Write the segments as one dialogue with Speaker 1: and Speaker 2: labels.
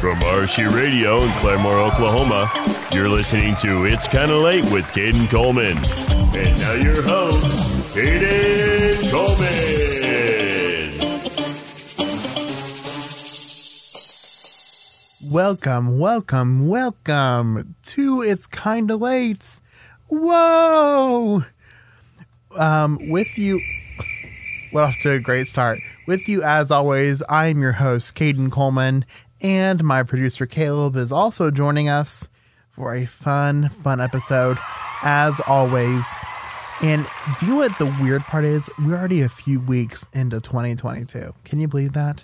Speaker 1: From RC Radio in Claremore, Oklahoma, you're listening to It's Kinda Late with Caden Coleman. And now your host, Caden Coleman.
Speaker 2: Welcome, welcome, welcome to It's Kinda Late. Whoa! Um, with you, well, off to a great start. With you, as always, I'm your host, Caden Coleman, and my producer, Caleb, is also joining us for a fun, fun episode, as always. And do you know what the weird part is? We're already a few weeks into 2022. Can you believe that?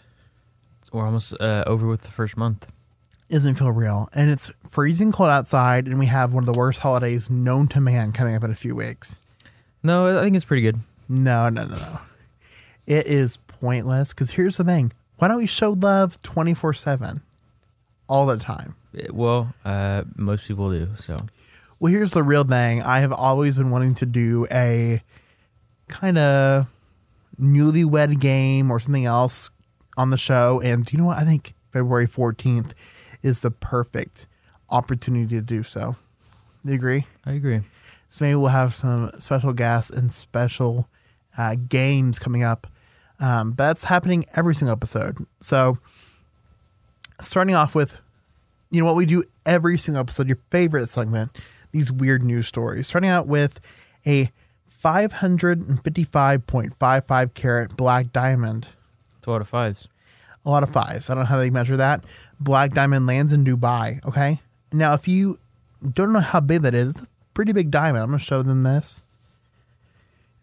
Speaker 3: We're almost uh, over with the first month.
Speaker 2: doesn't feel real. And it's freezing cold outside, and we have one of the worst holidays known to man coming up in a few weeks.
Speaker 3: No, I think it's pretty good.
Speaker 2: No, no, no, no. It is pointless because here's the thing why don't we show love 24 7 all the time?
Speaker 3: It- well, uh, most people do. So
Speaker 2: Well, here's the real thing I have always been wanting to do a kind of newlywed game or something else on the show. And do you know what? I think February 14th is the perfect opportunity to do so. Do you agree?
Speaker 3: I agree.
Speaker 2: So maybe we'll have some special guests and special uh, games coming up. Um, but that's happening every single episode. So starting off with, you know what we do every single episode, your favorite segment, these weird news stories. Starting out with a 555.55 carat black diamond.
Speaker 3: It's a lot of fives.
Speaker 2: A lot of fives. I don't know how they measure that. Black diamond lands in Dubai. Okay. Now, if you don't know how big that is, it's a pretty big diamond. I'm going to show them this.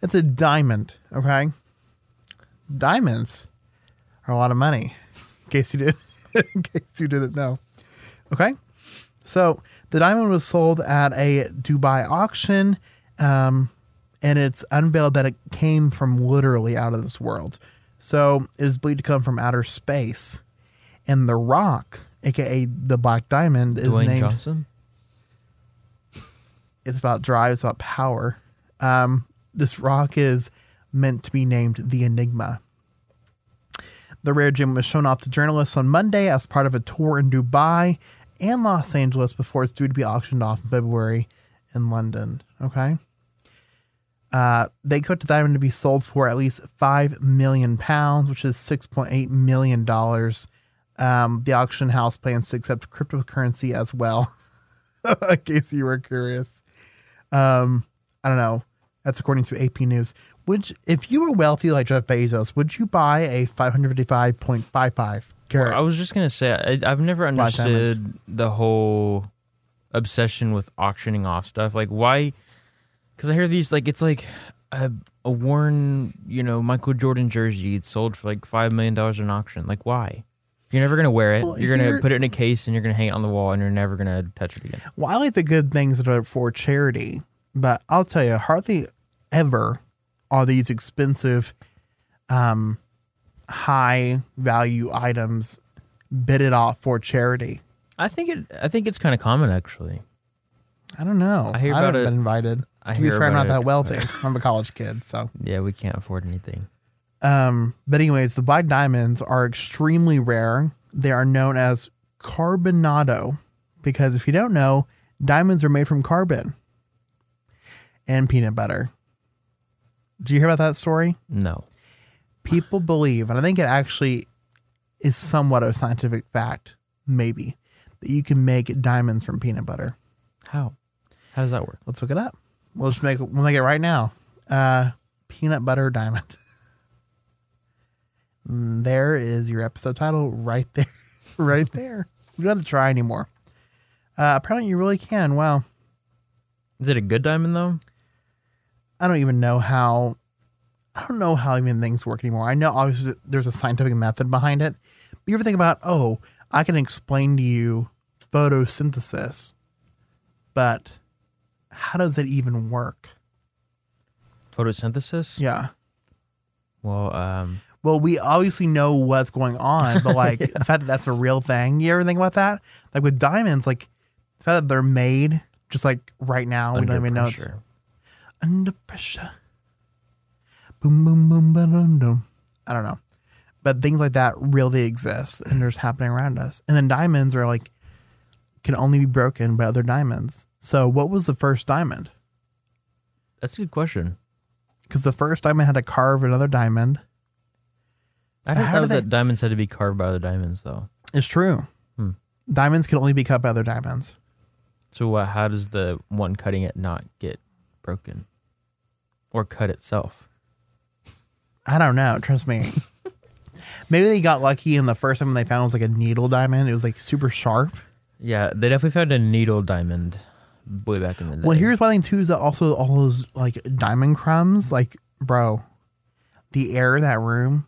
Speaker 2: It's a diamond. Okay. Diamonds are a lot of money. In case you did, in case you didn't know. Okay. So the diamond was sold at a Dubai auction, um, and it's unveiled that it came from literally out of this world. So it is believed to come from outer space, and the rock, aka the black diamond, is
Speaker 3: Dwayne
Speaker 2: named.
Speaker 3: Johnson.
Speaker 2: It's about drive. It's about power. Um, this rock is meant to be named the Enigma. The rare gem was shown off to journalists on Monday as part of a tour in Dubai and Los Angeles before it's due to be auctioned off in February in London. Okay. Uh, they expect the diamond to be sold for at least five million pounds, which is six point eight million dollars. Um, the auction house plans to accept cryptocurrency as well, in case you were curious. Um, I don't know. That's according to AP News. Would you- if you were wealthy like Jeff Bezos, would you buy a five hundred fifty-five point five five carat?
Speaker 3: I was just gonna say I, I've never
Speaker 2: Black diamonds.
Speaker 3: understood the whole obsession with auctioning off stuff. Like why? Because I hear these like it's like a, a worn you know Michael Jordan jersey. It's sold for like five million dollars in auction. Like why? You're never gonna wear it.
Speaker 2: Well,
Speaker 3: you're gonna
Speaker 2: here-
Speaker 3: put it in a case and you're gonna hang it on the wall and you're never gonna touch it again.
Speaker 2: Well, I like the good things that are for charity, but I'll tell you, hardly ever are these expensive, um, high value items bidded off for charity.
Speaker 3: I think it. I think it's kind of common actually.
Speaker 2: I don't know.
Speaker 3: I hear
Speaker 2: haven't
Speaker 3: about it.
Speaker 2: been invited.
Speaker 3: I
Speaker 2: to be
Speaker 3: hear
Speaker 2: fair, I'm not
Speaker 3: about it.
Speaker 2: that wealthy. I'm a college kid, so.
Speaker 3: Yeah, we can't afford anything.
Speaker 2: Um, but anyways, the black diamonds are extremely rare. They are known as carbonado because if you don't know, diamonds are made from carbon and peanut butter. Do you hear about that story?
Speaker 3: No.
Speaker 2: people believe, and I think it actually is somewhat of a scientific fact, maybe, that you can make diamonds from peanut butter.
Speaker 3: How? How does that work?
Speaker 2: Let's look it up. We'll just make we'll make it right now. Uh, peanut butter diamond. Mm, there is your episode title right there, right there. We don't have to try anymore. Uh, apparently, you really can. Wow,
Speaker 3: Is it a good diamond though?
Speaker 2: I don't even know how. I don't know how even things work anymore. I know obviously there's a scientific method behind it. But you ever think about, oh, I can explain to you photosynthesis, but how does it even work?
Speaker 3: Photosynthesis.
Speaker 2: Yeah.
Speaker 3: Well, um,
Speaker 2: Well, we obviously know what's going on, but like the fact that that's a real thing, you ever think about that? Like with diamonds, like the fact that they're made just like right now, we
Speaker 3: under
Speaker 2: don't even know it's
Speaker 3: pressure.
Speaker 2: under pressure. Boom, boom, boom, ba, dum, dum. I don't know. But things like that really exist and there's happening around us. And then diamonds are like can only be broken by other diamonds. So what was the first diamond?
Speaker 3: That's a good question.
Speaker 2: Because the first diamond had to carve another diamond.
Speaker 3: I didn't
Speaker 2: How
Speaker 3: know
Speaker 2: do
Speaker 3: that
Speaker 2: they-
Speaker 3: diamonds had to be carved by other diamonds, though.
Speaker 2: It's true.
Speaker 3: Hmm.
Speaker 2: Diamonds can only be cut by other diamonds.
Speaker 3: So uh, how does the one cutting it not get broken or cut itself?
Speaker 2: I don't know. Trust me. Maybe they got lucky and the first one they found was like a needle diamond. It was like super sharp.
Speaker 3: Yeah, they definitely found a needle diamond way back in the day.
Speaker 2: Well, here's one thing too is that also all those like diamond crumbs, like bro, the air in that room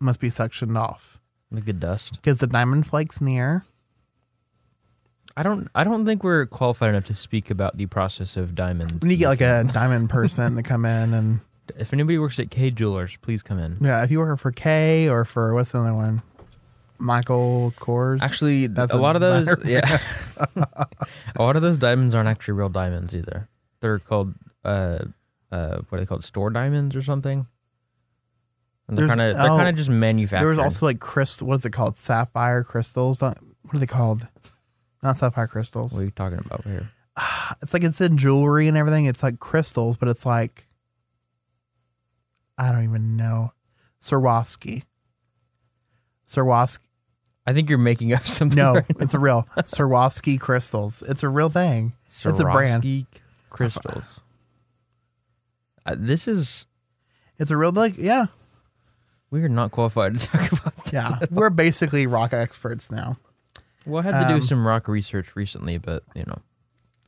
Speaker 2: must be suctioned off
Speaker 3: like the dust.
Speaker 2: because the diamond flakes in the air.
Speaker 3: I don't. I don't think we're qualified enough to speak about the process of diamonds.
Speaker 2: We need to get like a diamond person to come in and
Speaker 3: If anybody works at K Jewelers, please come in.
Speaker 2: yeah, if you work for K or for what's the other one, Michael Kors.
Speaker 3: Actually, th-
Speaker 2: That's
Speaker 3: a
Speaker 2: a
Speaker 3: lot of those, yeah, a lot of those diamonds aren't actually real diamonds either. They're called, uh, uh, what are they called? Store diamonds or something. And they're
Speaker 2: There's-
Speaker 3: kind of they're
Speaker 2: oh,
Speaker 3: kind of just manufactured.
Speaker 2: there was also like crystal. What's it called? Sapphire crystals. Not, what are they called? Not sapphire crystals.
Speaker 3: what are you talking about here?
Speaker 2: it's like it's in jewelry and everything. It's like crystals, but it's like I don't even know. Swarovski. Swarovski.
Speaker 3: I think you're making up something.
Speaker 2: No,
Speaker 3: right
Speaker 2: it's a real Swarovski crystals. It's a real thing.
Speaker 3: now.
Speaker 2: It's a brand.
Speaker 3: Swarovski crystals. Uh, this is
Speaker 2: It's a real like yeah,
Speaker 3: we are not qualified to talk about this.
Speaker 2: yeah. We're basically rock experts now.
Speaker 3: Well, I had to
Speaker 2: Um,
Speaker 3: do some rock research recently, but you know.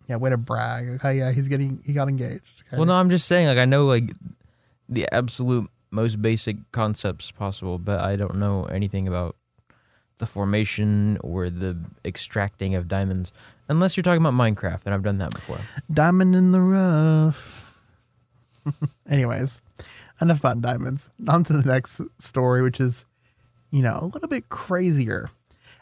Speaker 2: Yeah, way to brag. Okay, yeah, he's getting he got engaged. Okay.
Speaker 3: Well, no, I'm just saying, like, I know, like, the absolute most basic concepts possible, but I don't know anything about the formation or the extracting of diamonds, unless you're talking about Minecraft, and I've done that before.
Speaker 2: Diamond in the rough. Anyways, enough about diamonds. On to the next story, which is, you know, a little bit crazier.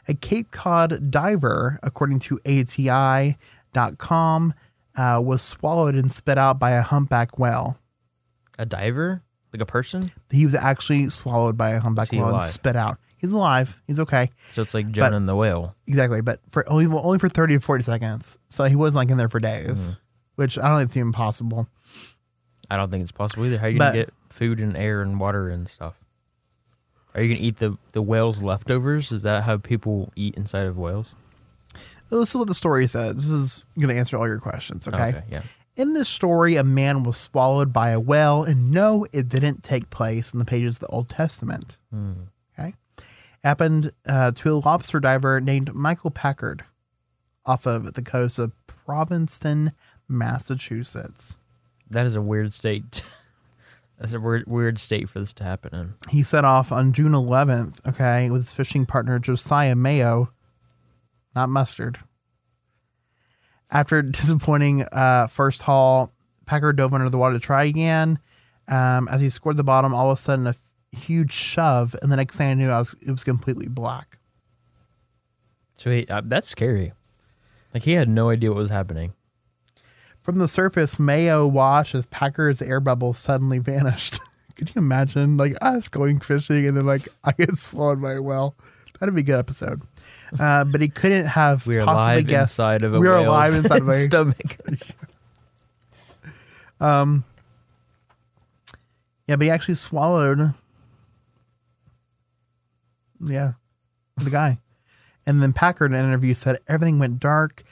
Speaker 2: A Cape Cod diver, according to ATI.com, uh, was swallowed and spit out by a humpback whale.
Speaker 3: A diver? Like a person?
Speaker 2: He was actually swallowed by a humpback
Speaker 3: Is he
Speaker 2: whale
Speaker 3: alive?
Speaker 2: and spit out. He's alive. He's okay.
Speaker 3: So it's like Jonah and the whale.
Speaker 2: Exactly, but for only well, only for thirty to forty seconds. So he wasn't like in there for days,
Speaker 3: Mm-hmm.
Speaker 2: which I don't think it's even possible.
Speaker 3: I don't think it's possible either. How you going
Speaker 2: But-
Speaker 3: to get food and air and water and stuff? Are you going to eat the, the whale's leftovers? Is that how people eat inside of whales?
Speaker 2: This is what the story says. This is going to answer all your questions, okay?
Speaker 3: yeah.
Speaker 2: In this story, a man was swallowed by a whale, and no, it didn't take place in the pages of the Old Testament. Okay? Happened uh, to a lobster diver named Michael Packard off of the coast of Provincetown, Massachusetts.
Speaker 3: That is a weird state. That's a weird, weird state for this to happen in.
Speaker 2: He set off on June 11th, okay, with his fishing partner Josiah Mayo, not mustard. After a disappointing uh, first haul, Packer dove under the water to try again. Um, as he scored the bottom, all of a sudden a f- huge shove, and the next thing I knew, I was it was completely black.
Speaker 3: So he, uh, that's scary. Like he had no idea what was happening.
Speaker 2: From the surface, Mayo watched as Packer's air bubble suddenly vanished. Could you imagine, like us going fishing and then like I get swallowed by a whale? That'd be a good episode. Uh, but he couldn't have
Speaker 3: We are
Speaker 2: possibly
Speaker 3: alive
Speaker 2: guessed.
Speaker 3: inside of a
Speaker 2: we are
Speaker 3: whale's
Speaker 2: alive inside of a.
Speaker 3: stomach.
Speaker 2: yeah, but he actually swallowed. Yeah, the guy, and then Packard in an interview said everything went dark.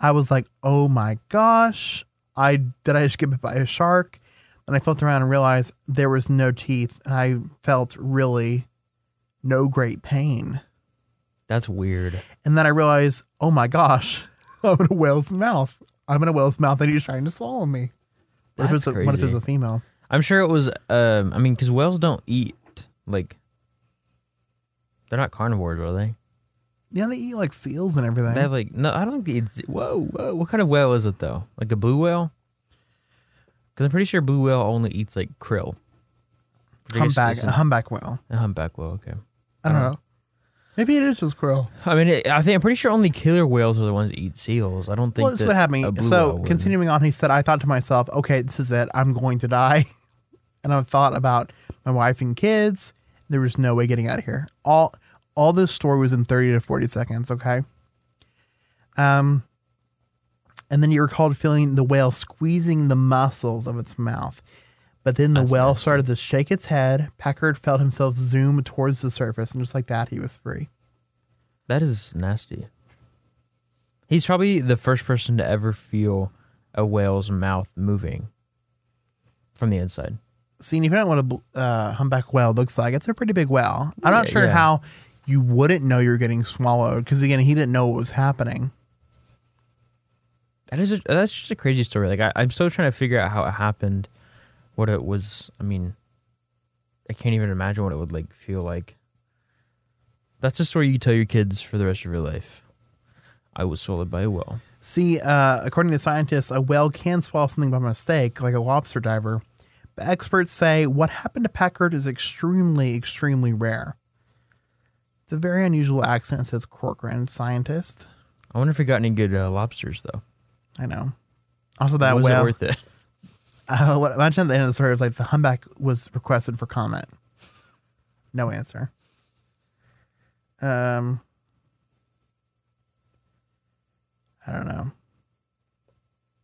Speaker 2: I was like, oh my gosh, I did I just get bit by a shark? And I felt around and realized there was no teeth, and I felt really no great pain.
Speaker 3: That's weird.
Speaker 2: And then I realized, oh my gosh, I'm in a whale's mouth. I'm in a whale's mouth, and he's trying to swallow me. What if it's
Speaker 3: That's
Speaker 2: a, what if it's
Speaker 3: crazy.
Speaker 2: a female?
Speaker 3: I'm sure it was. Um, I mean, because whales don't eat like they're not carnivores, are they?
Speaker 2: Yeah, they eat like seals and everything.
Speaker 3: They have like no. I don't think it's whoa whoa. What kind of whale is it though? Like a blue whale? Because I'm pretty sure blue whale only eats like krill. Which I guess
Speaker 2: humpback,
Speaker 3: isn't-
Speaker 2: a humpback whale.
Speaker 3: a humpback whale. Okay.
Speaker 2: I
Speaker 3: Uh-huh.
Speaker 2: don't know. Maybe it is just krill.
Speaker 3: I mean, it, I think I'm pretty sure only killer whales are the ones that eat seals. I don't think.
Speaker 2: Well, this
Speaker 3: that
Speaker 2: is what
Speaker 3: a
Speaker 2: happened.
Speaker 3: blue whale
Speaker 2: So
Speaker 3: would.
Speaker 2: continuing on, he said, I thought to myself, okay, this is it. I'm going to die. and I thought about my wife and kids There was no way getting out of here. All all this story was in 30 to 40 seconds, okay? Um and then you recalled feeling the whale squeezing the muscles of its mouth. But then the whale started to shake its head. Packard felt himself zoom towards the surface, and just like that, he was free.
Speaker 3: That is nasty. He's probably the first person to ever feel a whale's mouth moving from the inside.
Speaker 2: seeing if you don't know what a uh, humpback whale looks like, it's a pretty big whale. I'm not
Speaker 3: Yeah,
Speaker 2: sure
Speaker 3: yeah.
Speaker 2: how you wouldn't know you're getting swallowed because again, he didn't know what was happening.
Speaker 3: That is a, that's just a crazy story. Like I, I'm still trying to figure out how it happened, what it was. I mean, I can't even imagine what it would like feel like. That's a story you tell your kids for the rest of your life. I was swallowed by a whale.
Speaker 2: See, uh, according to scientists, a whale can swallow something by mistake, like a lobster diver. But experts say what happened to Packard is extremely, extremely rare. It's a very unusual accident, says Corcoran, scientist.
Speaker 3: I wonder if we got any good uh, lobsters though.
Speaker 2: I know. Also, that
Speaker 3: was
Speaker 2: whale.
Speaker 3: it worth it?
Speaker 2: Uh, what, imagine at the end of the story, it was like the humpback was requested for comment. No answer. Um, I don't know.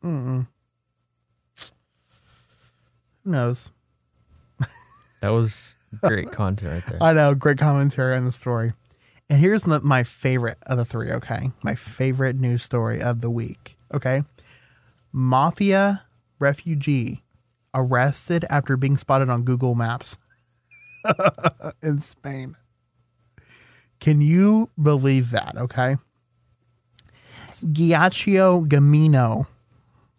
Speaker 2: Mm. Who knows?
Speaker 3: That was great content right there.
Speaker 2: I know. Great commentary on the story. And here's the, my favorite of the three, okay? My favorite news story of the week, okay? Mafia refugee arrested after being spotted on Google Maps in Spain. Can you believe that, okay? Giaccio Gamino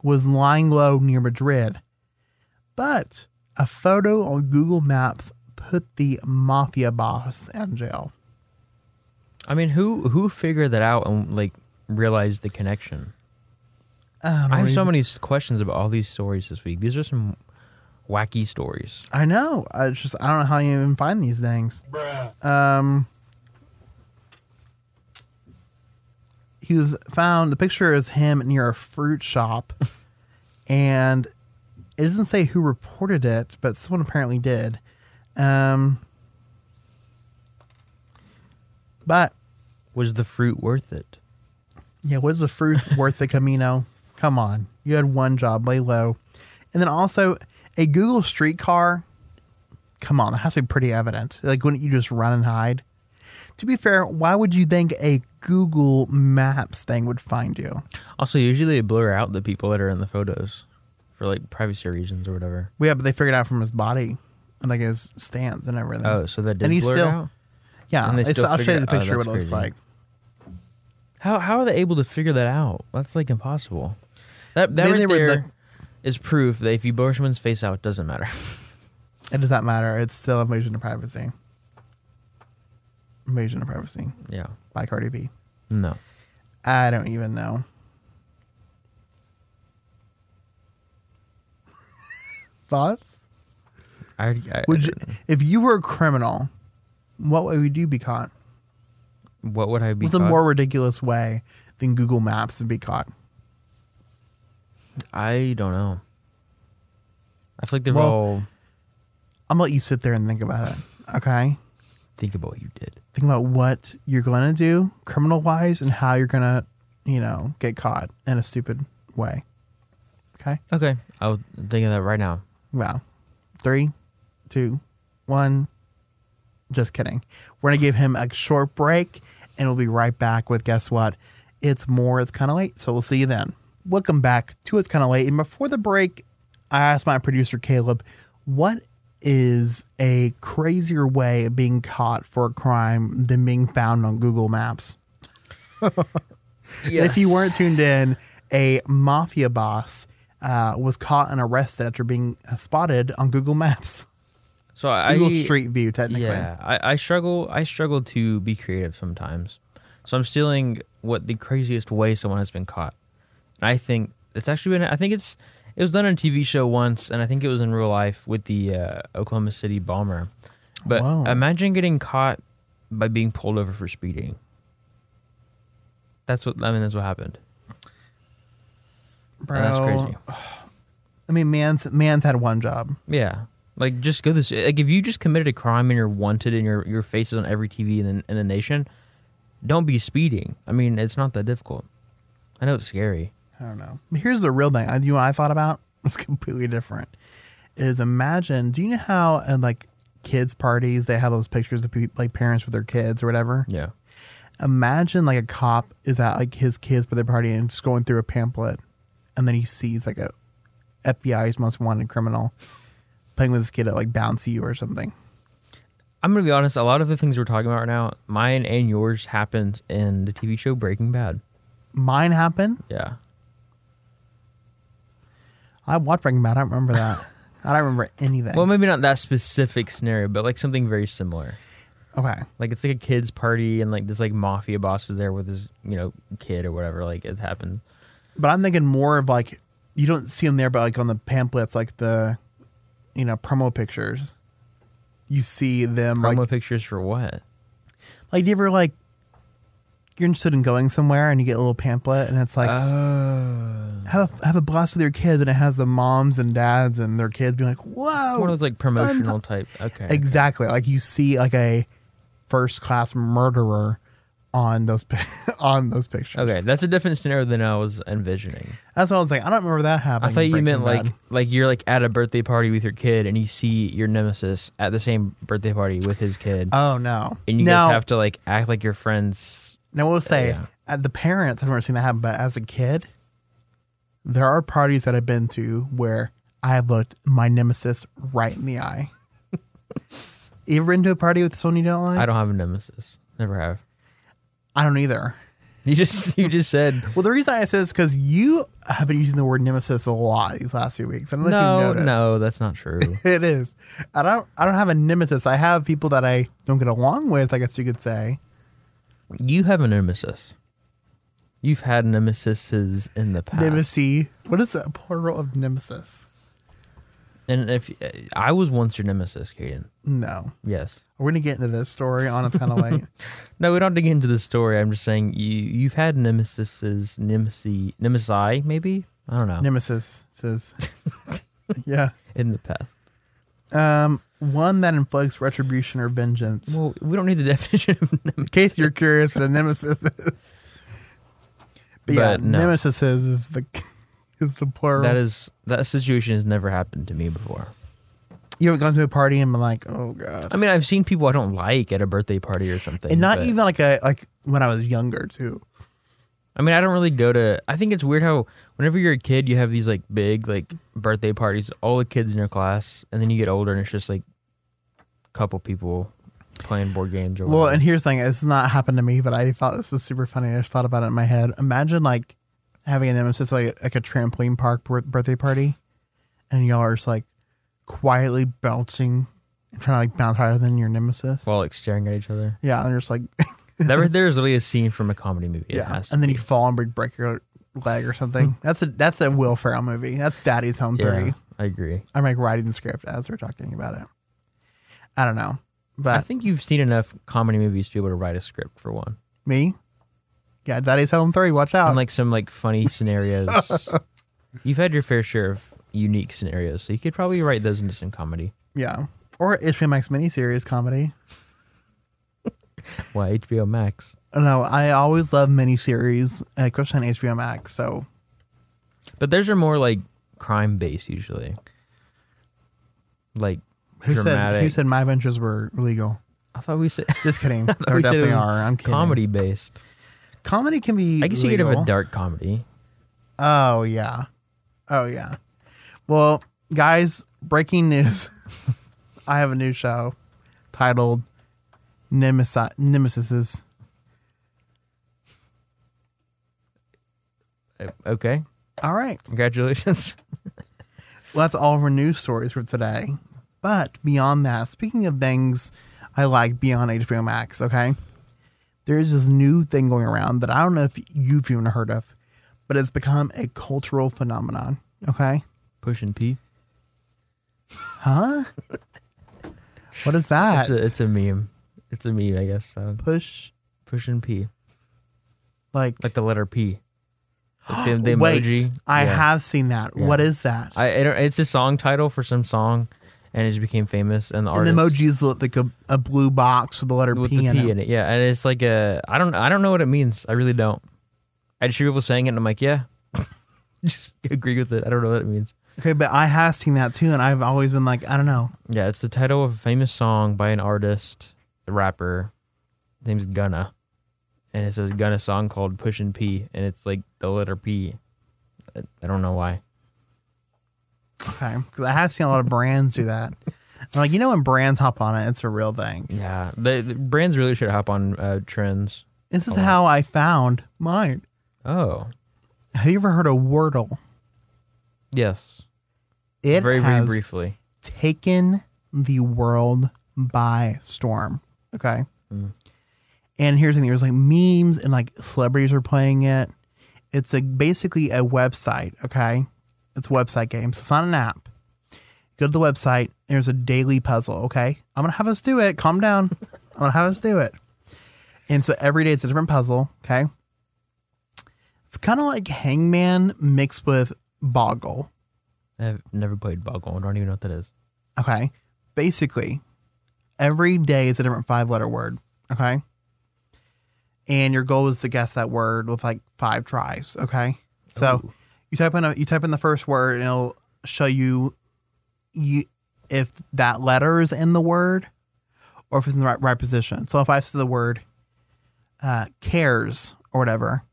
Speaker 2: was lying low near Madrid but a photo on Google Maps put the mafia boss in jail.
Speaker 3: I mean, who who figured that out and like realized the connection?
Speaker 2: Um,
Speaker 3: I have so many s- questions about all these stories this week. These are some wacky stories.
Speaker 2: I know. I just I don't know how you even find these things. Um, he was found. The picture is him near a fruit shop, and it doesn't say who reported it, but someone apparently did. Um, but
Speaker 3: Was the fruit worth it?
Speaker 2: Yeah, was the fruit worth the Camino? Come on. You had one job, lay low. And then also a Google streetcar. Come on, that has to be pretty evident. Like, wouldn't you just run and hide? To be fair, why would you think a Google Maps thing would find you?
Speaker 3: Also, usually they blur out the people that are in the photos for like privacy reasons or whatever.
Speaker 2: Well, yeah, but they figured out from his body and like his stance and everything.
Speaker 3: Oh, so that did
Speaker 2: Mm. And he's
Speaker 3: blur it
Speaker 2: still-
Speaker 3: out.
Speaker 2: yeah.
Speaker 3: and they
Speaker 2: it's-
Speaker 3: still
Speaker 2: I'll show you
Speaker 3: figure-
Speaker 2: the
Speaker 3: oh,
Speaker 2: picture what it
Speaker 3: that's
Speaker 2: looks
Speaker 3: crazy.
Speaker 2: like.
Speaker 3: How how are they able to figure that out? That's like impossible. That that
Speaker 2: Maybe they
Speaker 3: right
Speaker 2: were
Speaker 3: there is proof that if you blur someone's face out, it doesn't matter.
Speaker 2: It does not matter. It's still invasion of privacy. Invasion of privacy
Speaker 3: yeah.
Speaker 2: by Cardi B.
Speaker 3: No.
Speaker 2: I don't even know. Thoughts?
Speaker 3: I, I
Speaker 2: Would you, if you were a criminal, what way would you be caught?
Speaker 3: what would I be?
Speaker 2: What's a
Speaker 3: caught?
Speaker 2: more ridiculous way than Google Maps to be caught?
Speaker 3: I don't know. I feel like they're
Speaker 2: Well-
Speaker 3: all
Speaker 2: I'm gonna let you sit there and think about it. Okay,
Speaker 3: think about what you did.
Speaker 2: think about what you're gonna do, criminal wise, and how you're gonna, you know, get caught in a stupid way. Okay.
Speaker 3: Okay, I'll think of that right now.
Speaker 2: Wow. Three, two, one. Just kidding. We're going to give him a short break and we'll be right back with guess what? It's more, it's kind of late. So we'll see you then. Welcome back to It's Kind of Late. And before the break, I asked my producer, Caleb, what is a crazier way of being caught for a crime than being found on Google Maps? If you weren't tuned in, a mafia boss uh, was caught and arrested after being uh, spotted on Google Maps.
Speaker 3: so I
Speaker 2: Google Street View, technically.
Speaker 3: Yeah, I, I struggle. I struggle to be creative sometimes. So I'm stealing what the craziest way someone has been caught. And I think it's actually been. I think it's it was done on a TV show once, and I think it was in real life with the uh, Oklahoma City bomber. But
Speaker 2: Wow.
Speaker 3: imagine getting caught by being pulled over for speeding. That's what I mean. That's what happened.
Speaker 2: Bro,
Speaker 3: And that's crazy.
Speaker 2: I mean, man's man's had one job.
Speaker 3: Yeah. Like just go this like if you just committed a crime and you're wanted and your your face is on every TV in the, in the nation, don't be speeding. I mean, it's not that difficult. I know it's scary.
Speaker 2: I don't know. Here's the real thing. I, you know what I thought about? It's completely different. Is imagine, do you know how at like kids' parties they have those pictures of pe- like parents with their kids or whatever?
Speaker 3: Yeah.
Speaker 2: Imagine like a cop is at like his kids' birthday party and just going through a pamphlet and then he sees like a FBI's most wanted criminal playing with his kid at like Bouncy You or something.
Speaker 3: I'm gonna be honest. A lot of the things we're talking about right now, mine and yours, happens in the TV show Breaking Bad.
Speaker 2: Mine happened.
Speaker 3: Yeah.
Speaker 2: I watched Breaking Bad. I don't remember that. I don't remember anything.
Speaker 3: Well, maybe not that specific scenario, but like something very similar.
Speaker 2: okay.
Speaker 3: Like it's like a kids party and like this like mafia boss is there with his you know kid or whatever. Like it happened.
Speaker 2: But I'm thinking more of like you don't see them there, but like on the pamphlets, like the you know promo pictures, you see them
Speaker 3: Promo
Speaker 2: like
Speaker 3: pictures for what?
Speaker 2: like do you ever like you're interested in going somewhere and you get a little pamphlet and it's like
Speaker 3: Uh. Oh.
Speaker 2: have a, have a blast with your kids and it has the moms and dads and their kids being like whoa
Speaker 3: One of those like promotional type. Okay.
Speaker 2: exactly like you see like a first class murderer on those pi- on those pictures.
Speaker 3: Okay, that's a different scenario than I was envisioning.
Speaker 2: that's what I was like. I don't remember that happening.
Speaker 3: I
Speaker 2: in
Speaker 3: thought you
Speaker 2: Breaking
Speaker 3: meant like
Speaker 2: Bad.
Speaker 3: like you're like at a birthday party with your kid and you see your nemesis at the same birthday party with his kid
Speaker 2: oh no,
Speaker 3: and you
Speaker 2: no.
Speaker 3: guys have to like act like your friends.
Speaker 2: Now, we'll say
Speaker 3: yeah.
Speaker 2: uh, the parents, I've never seen that happen, but as a kid, there are parties that I've been to where I have looked my nemesis right in the eye. you ever been to a party with someone you don't like?
Speaker 3: I don't have a nemesis. Never have.
Speaker 2: I don't either.
Speaker 3: You just you just said
Speaker 2: Well, the reason I say this is because you have been using the word nemesis a lot these last few weeks. I don't know
Speaker 3: no,
Speaker 2: if you noticed.
Speaker 3: no, that's not true.
Speaker 2: It is. I don't. I don't have a nemesis. I have people that I don't get along with. I guess you could say.
Speaker 3: you have a nemesis. You've had nemesises in the past.
Speaker 2: Nemesis. What is the plural of nemesis?
Speaker 3: And if uh, I was once your nemesis, Caden.
Speaker 2: No.
Speaker 3: Yes.
Speaker 2: We're gonna get into this story on it's kind of late.
Speaker 3: No, we don't have to get into the story. I'm just saying you you've had nemesises, nemesi, nemesi, maybe I don't know
Speaker 2: Nemesis says, yeah.
Speaker 3: in the past.
Speaker 2: Um, one that inflicts retribution or vengeance.
Speaker 3: Well, we don't need the definition of
Speaker 2: in
Speaker 3: nemesis.
Speaker 2: case you're curious what a nemesis is. But, yeah,
Speaker 3: But no.
Speaker 2: nemesis is, is the is the plural.
Speaker 3: That is that situation has never happened to me before.
Speaker 2: you haven't gone to a party and been like, oh god,
Speaker 3: I mean, I've seen people I don't like at a birthday party or something.
Speaker 2: and not
Speaker 3: but-
Speaker 2: even like a like when I was younger too.
Speaker 3: I mean, I don't really go to. I think it's weird how whenever you're a kid, you have these like big like birthday parties, all the kids in your class, and then you get older and it's just like a couple people playing board games or
Speaker 2: Well,
Speaker 3: whatever.
Speaker 2: and here's the thing: this has not happened to me, but I thought this was super funny. I just thought about it in my head. Imagine like having a nemesis like like a trampoline park bir- birthday party, and y'all are just like quietly bouncing and trying to like bounce higher than your nemesis.
Speaker 3: while like staring at each other.
Speaker 2: Yeah, and you're just like
Speaker 3: That right there is literally a scene from a comedy movie. It
Speaker 2: yeah,
Speaker 3: has to
Speaker 2: and then
Speaker 3: be. Hmm.
Speaker 2: you fall and break, break your leg or something. that's a that's a Will Ferrell movie. That's Daddy's Home
Speaker 3: yeah,
Speaker 2: Three.
Speaker 3: I agree.
Speaker 2: I'm like writing the script as we're talking about it. I don't know,
Speaker 3: I
Speaker 2: but
Speaker 3: think you've seen enough comedy movies to be able to write a script for one,
Speaker 2: me, yeah, Daddy's Home Three. Watch out.
Speaker 3: and like some like funny scenarios. you've had your fair share of unique scenarios, so you could probably write those into some comedy.
Speaker 2: Yeah. Or HBO Max miniseries comedy.
Speaker 3: Why HBO Max?
Speaker 2: No, I always love miniseries, uh, especially on HBO Max. So
Speaker 3: But theirs are more like crime based usually. Like
Speaker 2: who said
Speaker 3: dramatic.
Speaker 2: who said my adventures were legal?
Speaker 3: I thought we said
Speaker 2: Just kidding.
Speaker 3: I thought
Speaker 2: there
Speaker 3: we said it
Speaker 2: definitely
Speaker 3: was
Speaker 2: are. I'm kidding.
Speaker 3: comedy based.
Speaker 2: Comedy can be.
Speaker 3: I guess you could have
Speaker 2: legal.
Speaker 3: a dark comedy.
Speaker 2: Oh yeah. Oh yeah. Well, guys, breaking news. I have a new show titled Nemesis Nemesises.
Speaker 3: Uh, Okay,
Speaker 2: All right.
Speaker 3: congratulations.
Speaker 2: Well, that's all of our news stories for today. But beyond that, speaking of things I like beyond HBO Max, okay? There's this new thing going around that I don't know if you've even heard of, but it's become a cultural phenomenon, okay?
Speaker 3: Push and pee.
Speaker 2: Huh? what is that?
Speaker 3: It's a, it's a meme. It's a meme, I guess. Uh,
Speaker 2: Push,
Speaker 3: push and pee,
Speaker 2: like,
Speaker 3: like the letter P. Like the, the
Speaker 2: wait,
Speaker 3: emoji.
Speaker 2: I
Speaker 3: Yeah.
Speaker 2: have seen that.
Speaker 3: Yeah.
Speaker 2: What is that?
Speaker 3: I, I don't, it's a song title for some song, and it just became famous. And the
Speaker 2: And the
Speaker 3: artist
Speaker 2: emoji is like a, a blue box with the letter
Speaker 3: with
Speaker 2: P,
Speaker 3: the
Speaker 2: in
Speaker 3: P
Speaker 2: it.
Speaker 3: in it. Yeah, and it's like a I don't I don't know what it means. I really don't. I just hear people saying it, and I'm like, yeah, just agree with it. I don't know what it means.
Speaker 2: Okay, but I have seen that too, and I've always been like, I don't know.
Speaker 3: Yeah, it's the title of a famous song by an artist, the rapper. His name's Gunna. And it's a Gunna song called Pushin' P, and it's like the letter P. I I don't know why.
Speaker 2: Okay, because I have seen a lot of brands do that. I'm like, you know, when brands hop on it, it's a real thing.
Speaker 3: Yeah, the, the brands really should hop on uh, trends.
Speaker 2: This is how I found mine.
Speaker 3: Oh,
Speaker 2: Have you ever heard of Wordle?
Speaker 3: yes,
Speaker 2: It
Speaker 3: very very
Speaker 2: has
Speaker 3: briefly.
Speaker 2: taken the world by storm. Okay. And here's the thing there's like memes and like celebrities are playing it. It's like basically a website. Okay. It's a website game. So it's not an app. Go to the website. There's a daily puzzle. Okay. I'm going to have us do it. Calm down. I'm going to have us do it. And so every day it's a different puzzle. Okay. It's kind of like Hangman mixed with Boggle.
Speaker 3: I've never played Boggle. I don't even know what that is.
Speaker 2: Okay. Basically, every day is a different five letter word. Okay. And your goal is to guess that word with like five tries. Okay. So you type in a, you type in the first word and it'll show you you if that letter is in the word or if it's in the right, right position. So if I say the word uh, cares or whatever,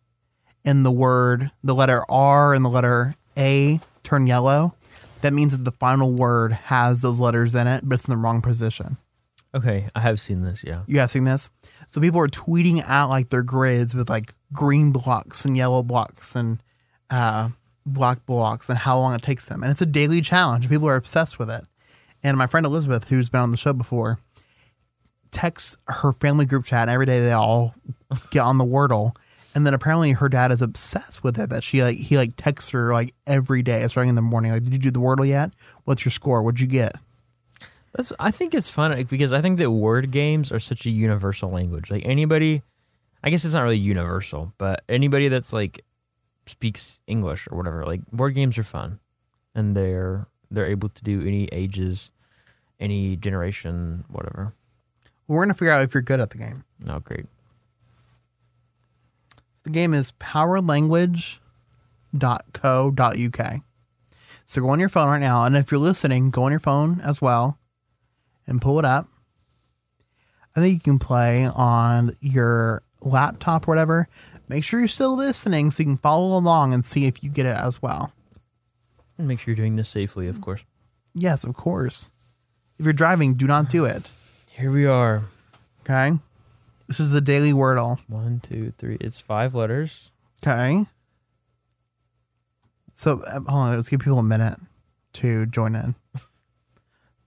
Speaker 2: and the word the letter R and the letter A turn yellow, that means that the final word has those letters in it, but it's in the wrong position.
Speaker 3: Okay, I have seen this. Yeah,
Speaker 2: You guys seen this? So people are tweeting out like their grids with like green blocks and yellow blocks and uh, black blocks and how long it takes them. And it's a daily challenge. People are obsessed with it. And my friend Elizabeth, who's been on the show before, texts her family group chat and every day. They all get on the Wordle. And then apparently her dad is obsessed with it. That she like he like texts her like every day, starting in the morning. Like, did you do the Wordle yet? What's your score? What'd you get?
Speaker 3: that's. I think it's fun like, because I think that word games are such a universal language. Like anybody, I guess it's not really universal, but anybody that's like speaks English or whatever, like word games are fun, and they're they're able to do any ages, any generation, whatever.
Speaker 2: We're gonna figure out if you're good at the game.
Speaker 3: Oh, great.
Speaker 2: The game is powerlanguage.co.uk. So go on your phone right now. And if you're listening, go on your phone as well and pull it up. I think you can play on your laptop or whatever. Make sure you're still listening so you can follow along and see if you get it as well.
Speaker 3: And make sure you're doing this safely, of course.
Speaker 2: Yes, of course. If you're driving, do not do it.
Speaker 3: Here we are.
Speaker 2: Okay. This is the Daily Wordle.
Speaker 3: One, two, three. It's five letters.
Speaker 2: Okay. So uh, hold on, let's give people a minute to join in.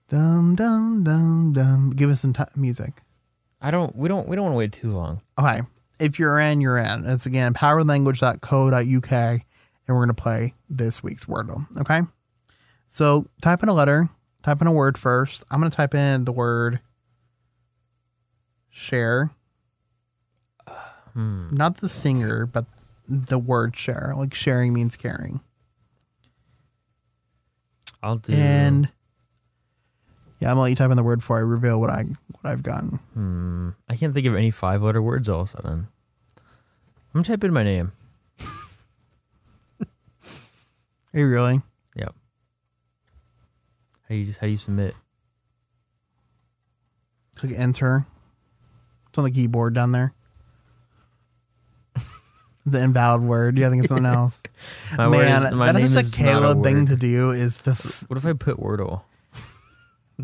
Speaker 2: Dum dum dum dum. Give us some ti music.
Speaker 3: I don't. We don't. We don't want to wait too long.
Speaker 2: Okay, if you're in, you're in. It's again powerlanguage.co.uk, and we're gonna play this week's Wordle. Okay. So type in a letter. Type in a word first. I'm gonna type in the word share. Not the singer, but the word share. Like sharing means caring.
Speaker 3: I'll do.
Speaker 2: And yeah, I'm gonna let you type in the word before I reveal what I what I've gotten.
Speaker 3: I can't think of any five letter words all of a sudden. I'm typing my name.
Speaker 2: Are you really?
Speaker 3: Yep. How do you just how do you submit?
Speaker 2: Click enter. It's on the keyboard down there. The invalid word. Yeah, I think it's something else.
Speaker 3: My
Speaker 2: Man, that is
Speaker 3: just
Speaker 2: just a Caleb thing to do. Is to f-
Speaker 3: What if I put Wordle?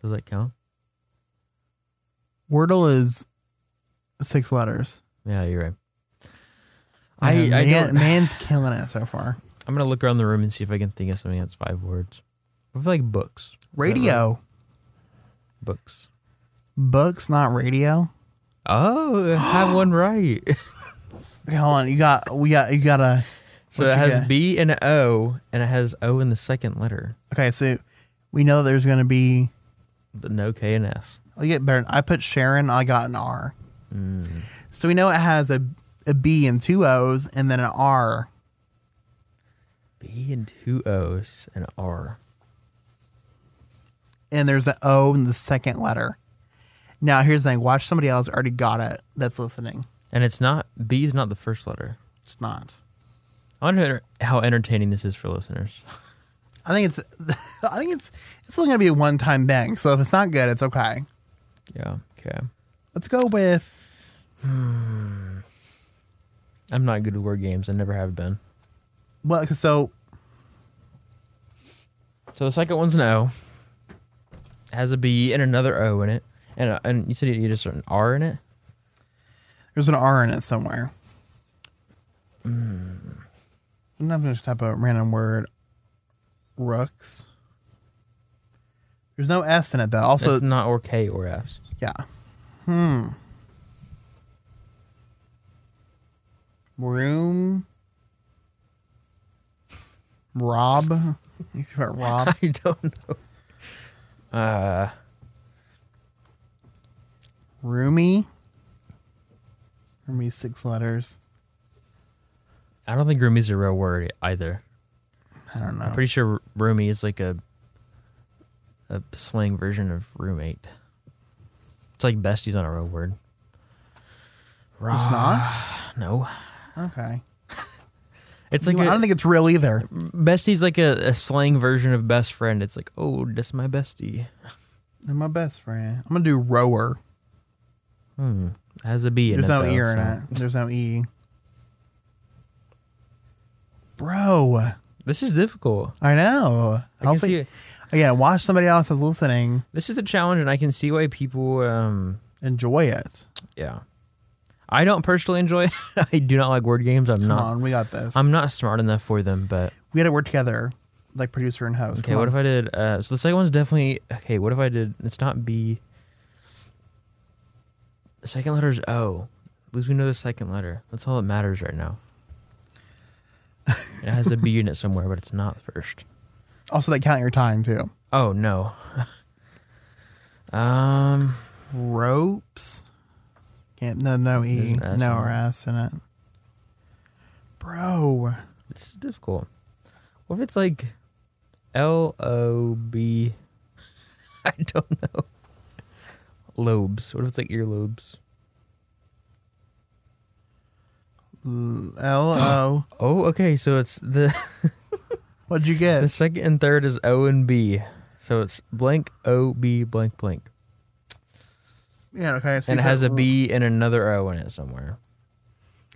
Speaker 3: Does that count?
Speaker 2: Wordle is six letters.
Speaker 3: Yeah, you're right. I,
Speaker 2: Man,
Speaker 3: I
Speaker 2: man-
Speaker 3: don't,
Speaker 2: man's killing it so far.
Speaker 3: I'm gonna look around the room and see if I can think of something that's five words. What if like books? Is that right?
Speaker 2: Radio
Speaker 3: Books.
Speaker 2: books, not radio.
Speaker 3: Oh, I have one right.
Speaker 2: Okay, hold on, you got we got you got a.
Speaker 3: so
Speaker 2: What'd
Speaker 3: it
Speaker 2: you
Speaker 3: has
Speaker 2: get?
Speaker 3: B and a O, and it has O in the second letter,
Speaker 2: Okay, so we know there's gonna be
Speaker 3: but no K and S.
Speaker 2: I get better. I put Sharon. I got an R. So we know it has a a B and two O's, and then an R.
Speaker 3: B and two O's and R.
Speaker 2: and there's an O in the second letter. Now here's the thing: watch somebody else already got it that's listening.
Speaker 3: And it's not B is not the first letter.
Speaker 2: It's not.
Speaker 3: I wonder how entertaining this is for listeners.
Speaker 2: I think it's. I think it's. It's only gonna be a one-time thing. So if it's not good, it's okay.
Speaker 3: Yeah. Okay.
Speaker 2: Let's go with.
Speaker 3: I'm not good at word games. I never have been.
Speaker 2: Well, 'cause so
Speaker 3: So the second one's an O. Has a B and another O in it, and a, and you said you just an R in it.
Speaker 2: there's an R in it somewhere. I'm not gonna just type a random word. Rooks. There's no S in it though. Also,
Speaker 3: That's not or K or S.
Speaker 2: Yeah. Hmm. Room. Rob. You talk about Rob.
Speaker 3: I don't know.
Speaker 2: Roomy. Roomy six letters.
Speaker 3: I don't think roomie's a real word either.
Speaker 2: I don't know.
Speaker 3: I'm pretty sure roomie is like a a slang version of roommate. It's like besties on a real word.
Speaker 2: it's not?
Speaker 3: No,
Speaker 2: Okay.
Speaker 3: Ah. it's
Speaker 2: I
Speaker 3: like a,
Speaker 2: don't think it's real either.
Speaker 3: bestie's like a, a slang version of best friend. It's like oh, that's my bestie.
Speaker 2: They're my best friend. I'm gonna do rower.
Speaker 3: Has a B in
Speaker 2: There's
Speaker 3: it.
Speaker 2: no E
Speaker 3: though,
Speaker 2: ear in
Speaker 3: so-
Speaker 2: it. There's no E. Bro.
Speaker 3: This is difficult.
Speaker 2: I know.
Speaker 3: I can see
Speaker 2: Hopefully
Speaker 3: it.
Speaker 2: again, watch somebody else that's listening.
Speaker 3: This is a challenge, and I can see why people. Um,
Speaker 2: enjoy it.
Speaker 3: yeah, I don't personally enjoy. it. I do not like word games. I'm
Speaker 2: Come
Speaker 3: not.
Speaker 2: on, we got this.
Speaker 3: I'm not smart enough for them. But
Speaker 2: we got to work together, like producer and host.
Speaker 3: okay,
Speaker 2: Come on.
Speaker 3: what if I did? Uh, so the second one's definitely okay. What if I did? It's not B. The second letter is O. At least we know the second letter. That's all that matters right now. it has a B in it somewhere, but it's not first.
Speaker 2: also that count your time too?
Speaker 3: Oh no. um.
Speaker 2: Ropes. Can't no no e
Speaker 3: There's an S
Speaker 2: no
Speaker 3: in
Speaker 2: or
Speaker 3: it.
Speaker 2: s in it. Bro,
Speaker 3: This is difficult. What if it's like L O B? I don't know. Lobes. What if it's like earlobes?
Speaker 2: L O.
Speaker 3: Oh, okay. So it's the
Speaker 2: What'd you get?
Speaker 3: the second and third is O and B. So it's blank O B blank blank,
Speaker 2: yeah, okay. so
Speaker 3: and
Speaker 2: you said
Speaker 3: it has a
Speaker 2: r-
Speaker 3: B and another O in it somewhere.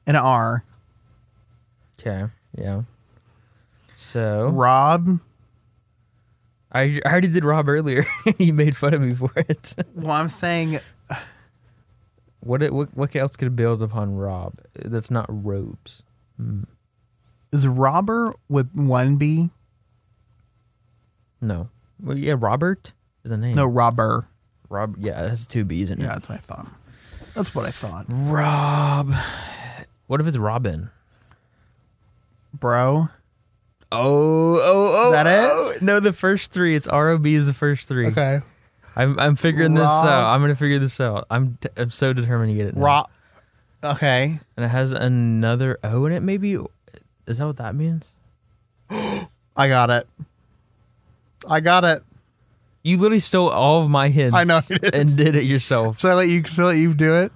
Speaker 2: and an R.
Speaker 3: Okay. Yeah. So
Speaker 2: Rob.
Speaker 3: I, I already did Rob earlier, and he made fun of me for it.
Speaker 2: Well, I'm saying
Speaker 3: what it- what what else could build upon Rob? That's not robes.
Speaker 2: is robber with one B.
Speaker 3: No. Well, yeah, Robert is a name.
Speaker 2: No robber.
Speaker 3: Rob. Hmm. Yeah, it has two B's in it.
Speaker 2: Yeah, that's what I thought. That's what I thought,
Speaker 3: Rob. What if it's Robin?
Speaker 2: bro.
Speaker 3: Oh, oh, oh.
Speaker 2: Is that it?
Speaker 3: oh. No, the first three. It's R O B is the first three.
Speaker 2: Okay.
Speaker 3: I'm I'm figuring this
Speaker 2: Rob.
Speaker 3: out. I'm gonna figure this out. I'm t- I'm so determined to get it. now.
Speaker 2: Rob. Okay.
Speaker 3: And it has another O in it. Maybe is that what that means?
Speaker 2: I got it. I got it.
Speaker 3: You literally stole all of my hints.
Speaker 2: I know you did.
Speaker 3: and did it yourself.
Speaker 2: Should I let you? Should I let you do it?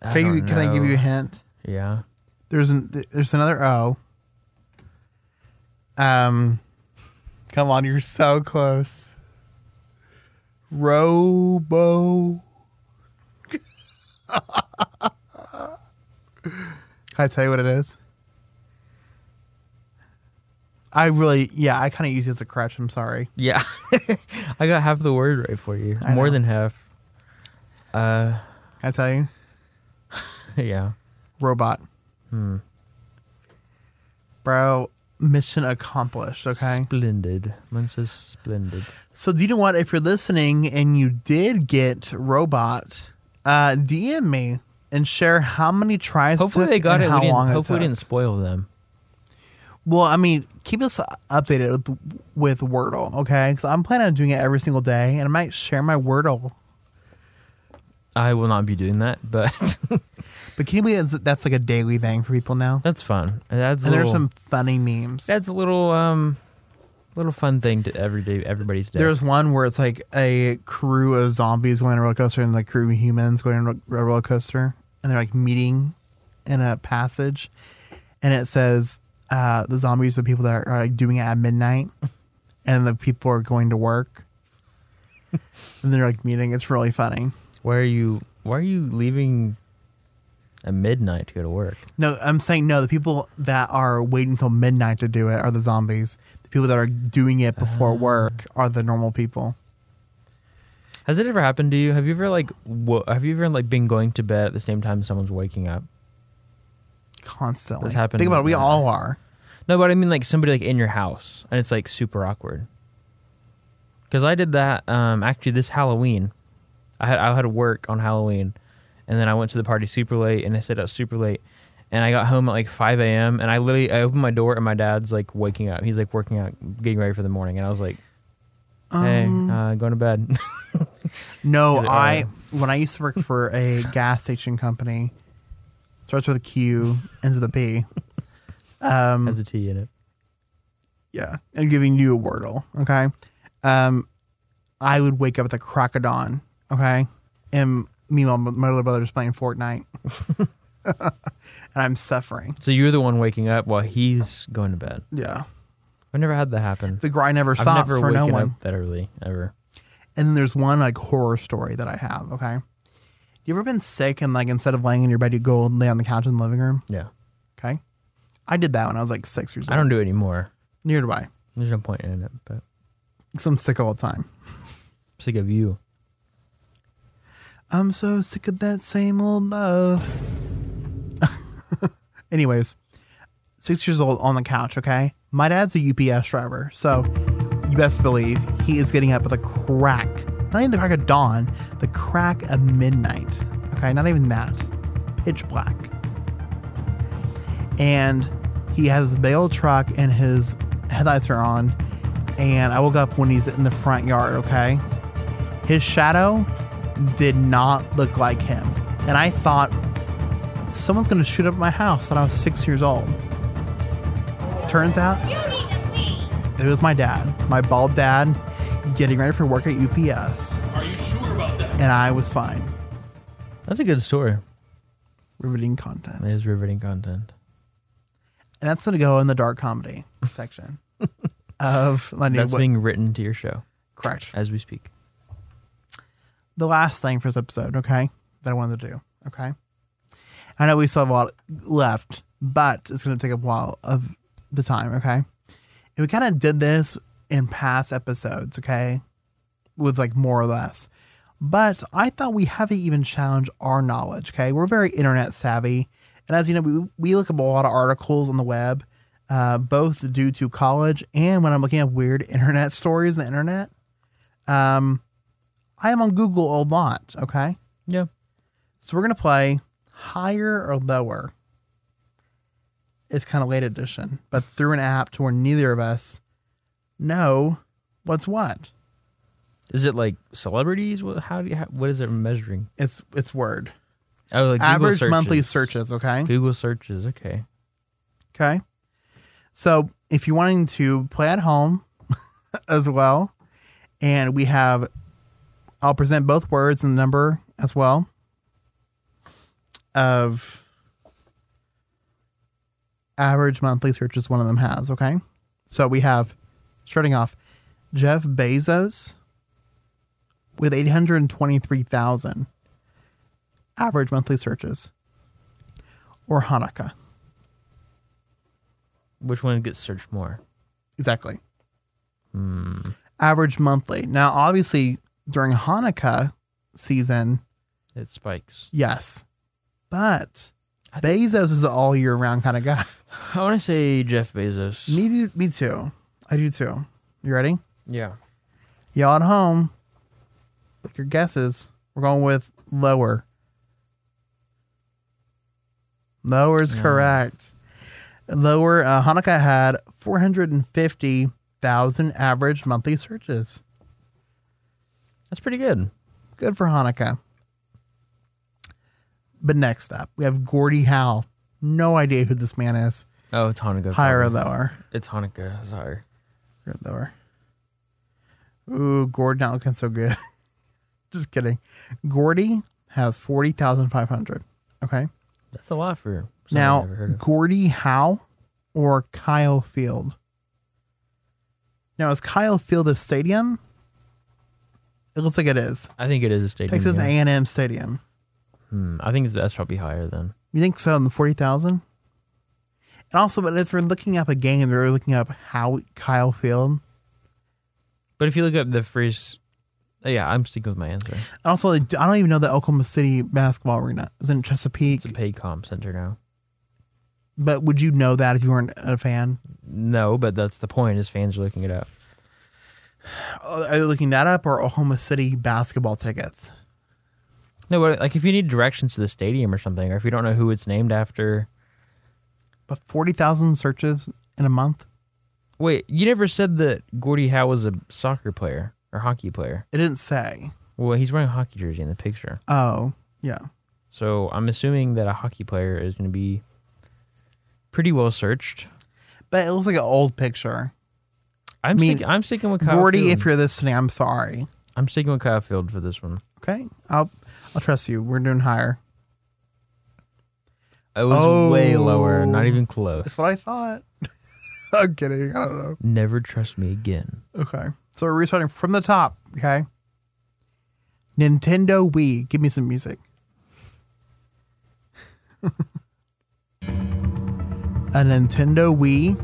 Speaker 3: I
Speaker 2: Can, you,
Speaker 3: don't
Speaker 2: can I give
Speaker 3: know.
Speaker 2: you a hint?
Speaker 3: Yeah.
Speaker 2: There's an there's another O. Um, come on, you're so close. Robo. Can I tell you what it is? I really, yeah, I kind of use it as a crutch. I'm sorry.
Speaker 3: Yeah. I got half the word right for you.
Speaker 2: I
Speaker 3: More
Speaker 2: know.
Speaker 3: than half. Uh
Speaker 2: Can I tell you?
Speaker 3: yeah.
Speaker 2: robot. Bro, mission accomplished. Okay.
Speaker 3: Splendid. Mine says splendid.
Speaker 2: So, do you know what? If you're listening and you did get robot, uh, DM me and share how many tries.
Speaker 3: Hopefully
Speaker 2: took
Speaker 3: they got
Speaker 2: and
Speaker 3: it.
Speaker 2: How
Speaker 3: We didn't,
Speaker 2: long
Speaker 3: hopefully
Speaker 2: it
Speaker 3: we
Speaker 2: took.
Speaker 3: didn't spoil them.
Speaker 2: Well, I mean, keep us updated with, with Wordle, okay? Because I'm planning on doing it every single day, and I might share my Wordle.
Speaker 3: I will not be doing that, but
Speaker 2: But can you believe that's- that's like a daily thing for people now?
Speaker 3: that's fun. That's
Speaker 2: And
Speaker 3: little,
Speaker 2: there's some funny memes.
Speaker 3: that's a little um little fun thing to every day, everybody's day.
Speaker 2: There's one where it's like a crew of zombies going on a roller coaster and like crew of humans going on a roller coaster, and they're like meeting in a passage, and it says uh, the zombies are the people that are, are like doing it at midnight, and the people are going to work, and they're like meeting. It's really funny.
Speaker 3: why are you? Why are you leaving at midnight to go to work?
Speaker 2: No, I'm saying no. The people that are waiting until midnight to do it are the zombies. The people that are doing it before work are the normal people.
Speaker 3: Has it ever happened to you? Have you ever like? Wo- have you ever like been going to bed at the same time someone's waking up?
Speaker 2: constantly.
Speaker 3: This happened
Speaker 2: Think about it. We
Speaker 3: with my
Speaker 2: all are.
Speaker 3: No, but I mean like somebody like in your house, and it's like super awkward. Because I did that um, actually this Halloween. I had I had to work on Halloween, and then I went to the party super late, and I stayed out super late, and I got home at like five a.m. and I literally I opened my door and my dad's like waking up. He's like working out, getting ready for the morning, and I was like, "Hey,
Speaker 2: Um,
Speaker 3: uh, going to bed."
Speaker 2: No,
Speaker 3: Yeah, they
Speaker 2: I
Speaker 3: are.
Speaker 2: when I used to work for a gas station company, starts with a Q, ends with a P. Um,
Speaker 3: Has a T in it.
Speaker 2: yeah, I'm giving you a wordle. Okay, um, I would wake up at the crack of dawn. Okay, and meanwhile, my my little brother's playing Fortnite, and I'm suffering.
Speaker 3: So you're the one waking up while he's going to bed.
Speaker 2: Yeah,
Speaker 3: I've never had that happen.
Speaker 2: the grind never
Speaker 3: I've
Speaker 2: stops
Speaker 3: never
Speaker 2: for no
Speaker 3: waken
Speaker 2: one.
Speaker 3: up that early ever.
Speaker 2: And then there's one like horror story that I have. Okay. You ever been sick and like instead of laying in your bed, you go and lay on the couch in the living room?
Speaker 3: Yeah,
Speaker 2: Okay. I did that when I was like six years old.
Speaker 3: I don't do it anymore.
Speaker 2: Near to by.
Speaker 3: There's no point in it, but.
Speaker 2: I'm sick all the time.
Speaker 3: sick of you.
Speaker 2: I'm so sick of that same old love. Anyways, six years old on the couch, okay? My dad's a UPS driver, so you best believe he is getting up at the crack, not even the crack of dawn, the crack of midnight, okay? Not even that. Pitch black. And he has his big old truck and his headlights are on, and I woke up when he's in the front yard, okay? His shadow did not look like him. And I thought, someone's going to shoot up my house. And I was six years old. Turns out, it was my dad, my bald dad, getting ready for work at UPS.
Speaker 4: Are you sure about that?
Speaker 2: And I was fine.
Speaker 3: That's a good story.
Speaker 2: Riveting content.
Speaker 3: It is riveting content.
Speaker 2: And that's going to go in the dark comedy section of my new
Speaker 3: That's
Speaker 2: what-
Speaker 3: being written to your show
Speaker 2: correct.
Speaker 3: as we speak.
Speaker 2: the last thing for this episode, okay, that I wanted to do, okay? I know we still have a lot left, but it's going to take a while of the time, okay? And we kind of did this in past episodes, okay, with like more or less. But I thought we haven't even challenged our knowledge, okay? We're very internet savvy. And as you know, we, we look up a lot of articles on the web, uh, both due to college and when I'm looking at weird internet stories on the internet. Um, I am on Google a lot, okay?
Speaker 3: Yeah.
Speaker 2: So we're going to play higher or lower. It's kind of late edition, but through an app to where neither of us know what's what.
Speaker 3: Is it like celebrities? What, how do you, how, what is it measuring?
Speaker 2: It's it's word.
Speaker 3: Oh, like Google
Speaker 2: Average monthly
Speaker 3: searches.
Speaker 2: searches, okay?
Speaker 3: Google searches. Okay.
Speaker 2: Okay. So if you're wanting to play at home as well, and we have, I'll present both words and the number as well of average monthly searches one of them has. Okay. So we have, starting off, Jeff Bezos with 823,000 average monthly searches or Hanukkah.
Speaker 3: Which one gets searched more?
Speaker 2: Exactly. Average monthly. Now, obviously, during Hanukkah season,
Speaker 3: It spikes.
Speaker 2: yes, but Bezos is an all year round kind of guy.
Speaker 3: I want to say Jeff Bezos.
Speaker 2: me, do, me too. I do too. You ready?
Speaker 3: Yeah.
Speaker 2: Y'all at home, pick your guesses. We're going with lower. Lower is correct. Lower, uh, Hanukkah had 450,000 average monthly searches.
Speaker 3: That's pretty good.
Speaker 2: Good for Hanukkah. But next up, we have Gordy Howe. No idea who this man is.
Speaker 3: Oh, it's Hanukkah.
Speaker 2: Higher or
Speaker 3: probably.
Speaker 2: lower?
Speaker 3: It's Hanukkah. Sorry.
Speaker 2: Or lower. Ooh, Gordon not looking so good. Just kidding. Gordy has forty thousand five hundred. Okay.
Speaker 3: That's a lot for someone I've
Speaker 2: now
Speaker 3: never heard of.
Speaker 2: Gordy Howe or Kyle Field. Now is Kyle Field a stadium? It looks like it is.
Speaker 3: I think it is a stadium.
Speaker 2: Texas
Speaker 3: yeah.
Speaker 2: A&M Stadium.
Speaker 3: Hmm, I think it's that's probably higher than.
Speaker 2: You think so? In the forty thousand. And also, but if they're looking up a game, they're looking up how Kyle Field.
Speaker 3: But if you look up the phrase, yeah, I'm sticking with my answer.
Speaker 2: And also, I don't even know the Oklahoma City basketball arena is in Chesapeake.
Speaker 3: It's a paid comm center now.
Speaker 2: But would you know that if you weren't a fan?
Speaker 3: No, but that's the point. Is fans are looking it up.
Speaker 2: Uh, Are you looking that up or Oklahoma City basketball tickets?
Speaker 3: No, but like if you need directions to the stadium or something, or if you don't know who it's named after.
Speaker 2: But forty thousand searches in a month.
Speaker 3: Wait, you never said that Gordie Howe was a soccer player or hockey player.
Speaker 2: It didn't say.
Speaker 3: Well, he's wearing a hockey jersey in the picture,
Speaker 2: Oh, yeah.
Speaker 3: so I'm assuming that a hockey player is going to be pretty well searched.
Speaker 2: But it looks like an old picture.
Speaker 3: I'm
Speaker 2: I mean,
Speaker 3: sticking, I'm sticking with Kyle
Speaker 2: Gordy,
Speaker 3: Field.
Speaker 2: if you're listening, I'm sorry.
Speaker 3: I'm sticking with Kyle Field for this one.
Speaker 2: Okay, I'll I'll trust you. We're doing higher.
Speaker 3: It was way lower, not
Speaker 2: Oh.
Speaker 3: even close.
Speaker 2: That's what I thought. I'm kidding. I don't know.
Speaker 3: Never trust me again.
Speaker 2: Okay, so we're restarting from the top. Okay. Nintendo Wii. Give me some music. A Nintendo Wii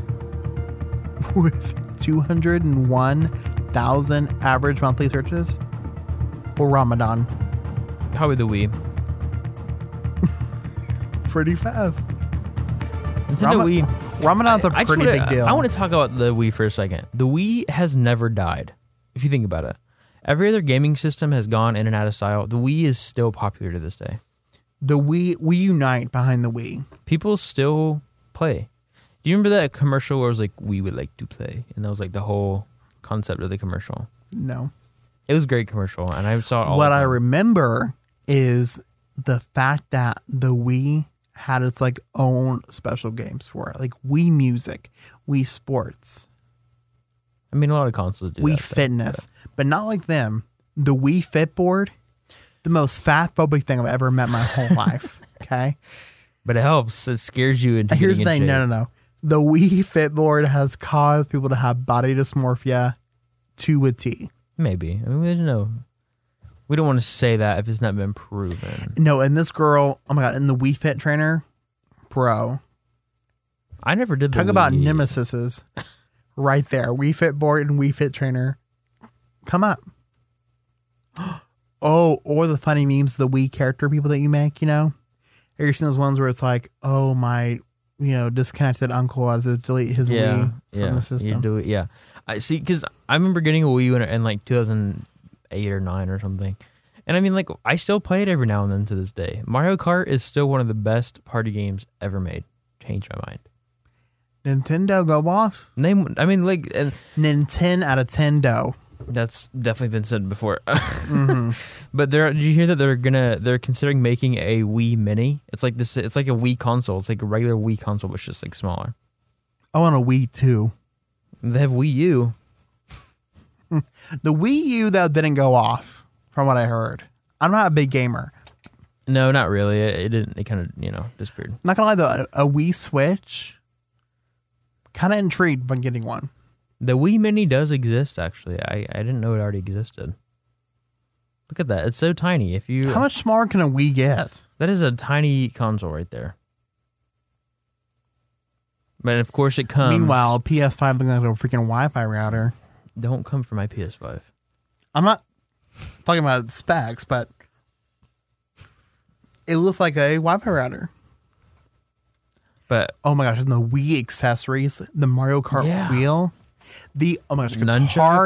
Speaker 2: with 201,000 average monthly searches or Ramadan.
Speaker 3: Probably the Wii.
Speaker 2: pretty fast.
Speaker 3: Nintendo
Speaker 2: Rama-
Speaker 3: Wii.
Speaker 2: Ramadan's a
Speaker 3: I just
Speaker 2: pretty
Speaker 3: wanna-
Speaker 2: big deal.
Speaker 3: I want to talk about the Wii for a second. The Wii has never died, if you think about it. Every other gaming system has gone in and out of style. The Wii is still popular to this day.
Speaker 2: the Wii, we unite behind the Wii.
Speaker 3: People still play. Do you remember that commercial where it was like, we would like to play? And that was like the whole concept of the commercial.
Speaker 2: No,
Speaker 3: It was a great commercial, and I saw it all.
Speaker 2: what
Speaker 3: the
Speaker 2: I
Speaker 3: time.
Speaker 2: remember is the fact that the Wii had its like own special games for it, like Wii Music, Wii Sports,
Speaker 3: I mean, a lot of consoles do.
Speaker 2: Wii
Speaker 3: that, but-
Speaker 2: Fitness, but not like them. The Wii Fit Board, the most fat phobic thing I've ever met in my whole life. Okay,
Speaker 3: But it helps. It scares you into.
Speaker 2: here's the
Speaker 3: getting in
Speaker 2: thing.
Speaker 3: shape.
Speaker 2: No, no, no. The Wii Fit Board has caused people to have body dysmorphia to a T.
Speaker 3: Maybe. I mean, we don't know. We don't want to say that if it's not been proven.
Speaker 2: No, and this girl, oh my god, and the Wii Fit trainer, bro.
Speaker 3: I never did. The
Speaker 2: Talk about
Speaker 3: Wii.
Speaker 2: nemesises right there. Wii Fit board and Wii Fit trainer. Come up. Oh, or the funny memes, the Wii character people that you make, you know? Have you seen those ones where it's like, oh, my, you know, disconnected uncle had to delete his
Speaker 3: Yeah,
Speaker 2: Wii from
Speaker 3: yeah.
Speaker 2: the
Speaker 3: You
Speaker 2: system?
Speaker 3: do it. Yeah. I see. Because I remember getting a Wii U in, in like 2008 or nine or something. And I mean, like, I still play it every now and then to this day. Mario Kart is still one of the best party games ever made. Changed my mind.
Speaker 2: Nintendo, go off.
Speaker 3: Name. I mean, like, and
Speaker 2: Nintendo out of Tendo.
Speaker 3: That's definitely been said before.
Speaker 2: Mm-hmm.
Speaker 3: But they're did you hear that they're gonna they're considering making a Wii Mini? It's like this. It's like a Wii console. It's like a regular Wii console, but it's just like smaller.
Speaker 2: I want Oh, a Wii too.
Speaker 3: They have Wii U.
Speaker 2: The Wii U, though, didn't go off from what I heard. I'm not a big gamer.
Speaker 3: No, not really. It, it didn't. It kind of you know disappeared.
Speaker 2: not gonna lie though, a, a Wii Switch. Kind of intrigued by getting one.
Speaker 3: The Wii Mini does exist actually. I I didn't know it already existed. Look at that. It's so tiny. If you
Speaker 2: How much smaller can a Wii get?
Speaker 3: that is a tiny console right there. But of course, it comes.
Speaker 2: Meanwhile, PS5 looking like a freaking Wi-Fi router.
Speaker 3: don't come for my PS5.
Speaker 2: I'm not talking about specs, but it looks like a Wi-Fi router.
Speaker 3: But
Speaker 2: Oh my gosh! And the Wii accessories, the Mario Kart
Speaker 3: Yeah.
Speaker 2: wheel, the oh my gosh, Guitar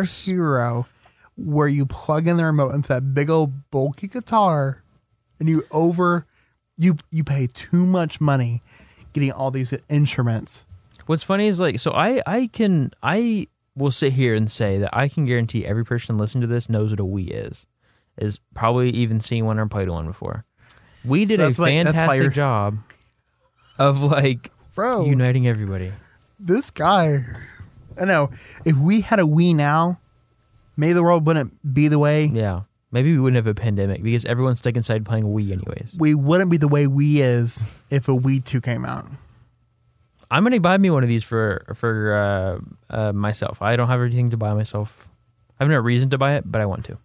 Speaker 3: Nunchucks.
Speaker 2: Hero, where you plug in the remote into that big old bulky guitar, and you over, you you pay too much money getting all these instruments.
Speaker 3: What's funny is like so I I can I will sit here and say that I can guarantee every person listening to this knows what a Wii is. Is probably even seen one or played one before. We did
Speaker 2: So
Speaker 3: a
Speaker 2: that's why- that's why
Speaker 3: fantastic
Speaker 2: you're- Oh.
Speaker 3: job of like
Speaker 2: Bro,
Speaker 3: uniting everybody.
Speaker 2: this guy, I know. If we had a Wii now, Maybe the world wouldn't be the way
Speaker 3: Yeah. Maybe we wouldn't have a pandemic because everyone's stuck inside playing Wii anyways.
Speaker 2: we wouldn't be the way we is if a Wii two came out.
Speaker 3: I'm gonna buy me one of these for for uh, uh, myself. I don't have anything to buy myself. I have no reason to buy it, but I want to.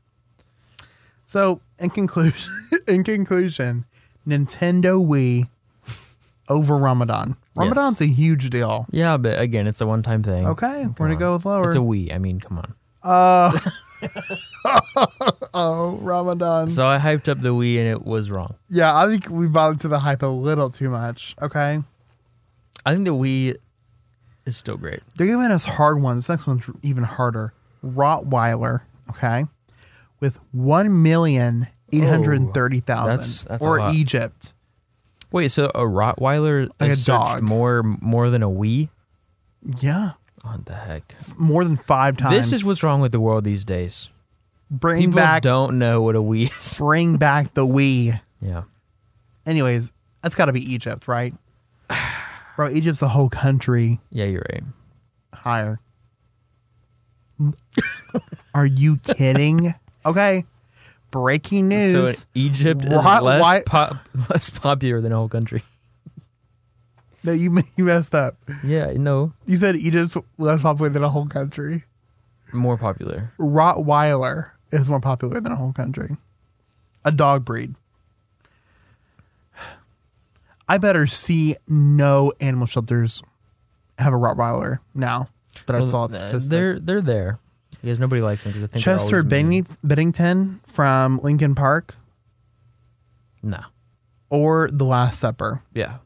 Speaker 2: So in conclusion, in conclusion, Nintendo Wii over Ramadan. Ramadan's a huge deal.
Speaker 3: Yeah, but again, it's a one time thing.
Speaker 2: Okay, we're
Speaker 3: Come
Speaker 2: gonna
Speaker 3: on.
Speaker 2: go with lower.
Speaker 3: Oh, It's a Wii. I mean, come on.
Speaker 2: oh, Ramadan.
Speaker 3: So I hyped up the Wii and it was wrong.
Speaker 2: yeah, I think we bought into the hype a little too much. Okay,
Speaker 3: I think the Wii is still great.
Speaker 2: they're giving us hard ones. This next one's even harder. Rottweiler. Okay, with one million eight hundred thirty
Speaker 3: Oh,
Speaker 2: thousand,
Speaker 3: that's- that's a
Speaker 2: or
Speaker 3: lot.
Speaker 2: Egypt.
Speaker 3: Wait, so a Rottweiler
Speaker 2: Like
Speaker 3: is
Speaker 2: a
Speaker 3: searched
Speaker 2: dog.
Speaker 3: more more than a Wii?
Speaker 2: Yeah,
Speaker 3: What the heck?
Speaker 2: more than five times.
Speaker 3: This is what's wrong with the world these days.
Speaker 2: bring
Speaker 3: People
Speaker 2: back
Speaker 3: don't know what a Wii is.
Speaker 2: bring back the Wii.
Speaker 3: Yeah.
Speaker 2: Anyways, that's got to be Egypt, right? Bro, Egypt's a whole country
Speaker 3: Yeah, you're right.
Speaker 2: higher. Are you kidding? Okay. Breaking
Speaker 3: So E-
Speaker 2: news.
Speaker 3: Egypt is
Speaker 2: Rot-
Speaker 3: less
Speaker 2: why-
Speaker 3: pop, less popular than a whole country.
Speaker 2: no, you you messed up.
Speaker 3: Yeah, no,
Speaker 2: You said Egypt's less popular than a whole country.
Speaker 3: more popular.
Speaker 2: Rottweiler is more popular than a whole country. A dog breed. I better see no animal shelters have a Rottweiler now. But I
Speaker 3: Well,
Speaker 2: thought
Speaker 3: th-
Speaker 2: just
Speaker 3: they're they're there because nobody likes them because I think they're
Speaker 2: Chester
Speaker 3: always mean.
Speaker 2: Bennington, Bennington from Lincoln Park
Speaker 3: Nah,
Speaker 2: or The Last Supper.
Speaker 3: yeah,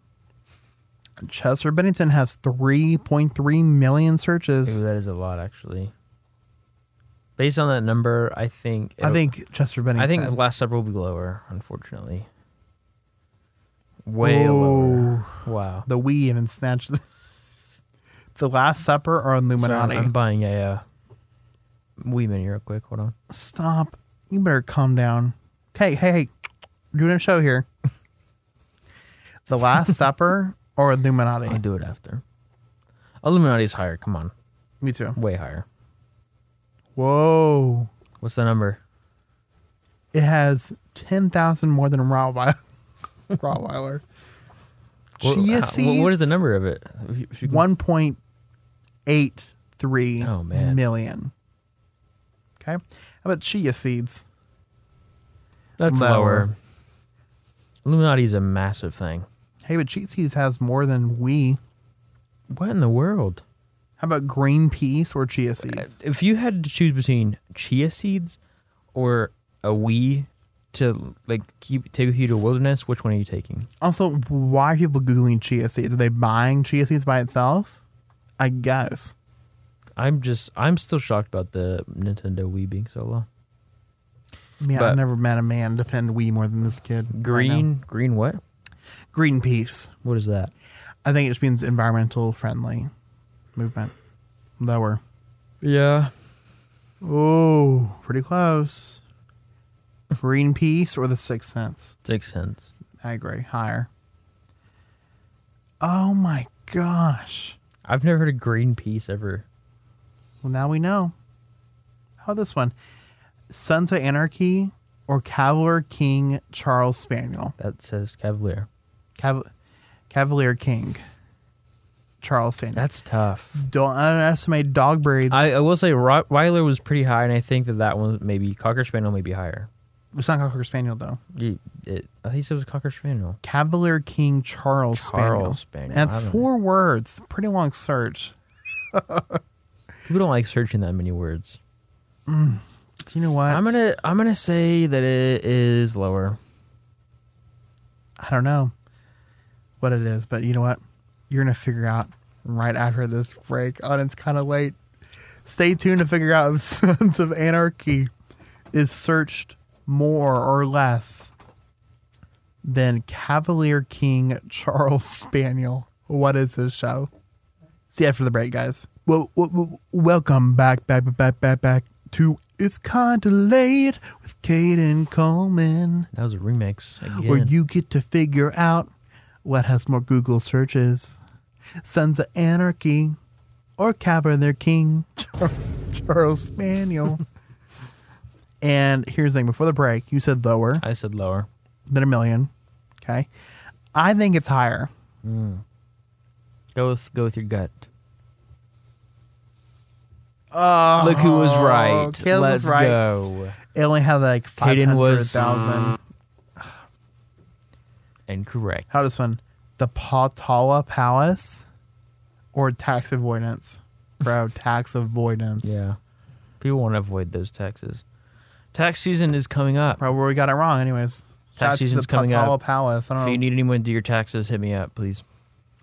Speaker 2: Chester Bennington has 3.3 million searches.
Speaker 3: Ooh, that is a lot actually. Based on that number, I think
Speaker 2: I
Speaker 3: it'll-
Speaker 2: think Chester Bennington.
Speaker 3: I think Last Supper will be lower, unfortunately. Way
Speaker 2: Ooh.
Speaker 3: lower. Wow.
Speaker 2: the Wii even snatched the, the Last Supper or
Speaker 3: Sorry,
Speaker 2: Illuminati.
Speaker 3: I'm buying a uh, Wii Mini real quick. Hold on.
Speaker 2: Stop. You better calm down. Hey, hey, hey. We're doing a show here. the Last Supper or Illuminati.
Speaker 3: I'll do it after. Illuminati's higher. Come on,
Speaker 2: Me too.
Speaker 3: way higher.
Speaker 2: Whoa.
Speaker 3: What's the number?
Speaker 2: It has 10,000 more than Rottweiler. Rottweiler.
Speaker 3: Well,
Speaker 2: Chia
Speaker 3: how- wha- what is the
Speaker 2: seeds?
Speaker 3: number of it? If you- if you can-
Speaker 2: One point eight three million.
Speaker 3: Oh, man.
Speaker 2: Okay. How about chia seeds?
Speaker 3: That's
Speaker 2: lower.
Speaker 3: lower. Illuminati is a massive thing.
Speaker 2: Hey, but chia seeds has more than we.
Speaker 3: What in the world?
Speaker 2: How about green peas or chia seeds?
Speaker 3: If you had to choose between chia seeds or a Wii to like keep take with you to wilderness, which one are you taking?
Speaker 2: Also, why are people Googling chia seeds? Are they buying chia seeds by itself? I guess.
Speaker 3: I'm just I'm still shocked about the Nintendo Wii being so low.
Speaker 2: Man, I've
Speaker 3: But-
Speaker 2: never met a man defend we more than this kid. right now.
Speaker 3: Green green what?
Speaker 2: Green peas.
Speaker 3: What is that?
Speaker 2: I think it just means environmental friendly movement. Lower.
Speaker 3: Yeah.
Speaker 2: Oh, pretty close. Greenpeace or the Sixth Sense?
Speaker 3: Six cents.
Speaker 2: I agree. Higher. Oh my gosh.
Speaker 3: I've never heard of Greenpeace ever.
Speaker 2: Well, now we know. How about this one? Sons of Anarchy or Cavalier King Charles Spaniel?
Speaker 3: That says Cavalier.
Speaker 2: Cav- Cavalier King Charles Spaniel.
Speaker 3: That's tough.
Speaker 2: Don't underestimate dog breeds.
Speaker 3: I, I will say Rottweiler was pretty high, and I think that that one maybe Cocker Spaniel may be higher.
Speaker 2: it's not Cocker Spaniel, though.
Speaker 3: You- it- I think it was Cocker Spaniel.
Speaker 2: Cavalier King Charles,
Speaker 3: Charles
Speaker 2: Spaniel.
Speaker 3: Spaniel,
Speaker 2: And
Speaker 3: I
Speaker 2: it's
Speaker 3: don't
Speaker 2: four words. Pretty long search.
Speaker 3: People don't like searching that many words.
Speaker 2: Do you know what?
Speaker 3: I'm gonna I'm gonna say that it is lower.
Speaker 2: I don't know what it is, but you know what? You're gonna figure out right after this break. Oh, and it's kind of late. Stay tuned to figure out if Sons of Anarchy is searched more or less than Cavalier King Charles Spaniel. What is this show? See you after the break, guys. Well, well, well, welcome back, back, back, back, back, back to It's Kinda Late with Caden Coleman
Speaker 3: That was a remix again.
Speaker 2: where you get to figure out what has more Google searches Sons of Anarchy or Cavern Their King, Charles Spaniel. And here's the thing before the break, you said lower
Speaker 3: I said lower.
Speaker 2: than a million. Okay. I think it's higher.
Speaker 3: Go with go with your gut. Oh, look who was right.
Speaker 2: Caleb was
Speaker 3: Let's
Speaker 2: right.
Speaker 3: go.
Speaker 2: It only had like
Speaker 3: Caden was-
Speaker 2: 500,000.
Speaker 3: And correct.
Speaker 2: How this one? The Potala Palace or tax avoidance? Bro, tax avoidance.
Speaker 3: yeah. People want to avoid those taxes. Tax season is coming up.
Speaker 2: Bro, we got it wrong, anyways. Shout out to
Speaker 3: season's
Speaker 2: the
Speaker 3: coming
Speaker 2: Potala
Speaker 3: up.
Speaker 2: Palace. I don't
Speaker 3: If
Speaker 2: know.
Speaker 3: you need anyone to do your taxes, hit me up, please.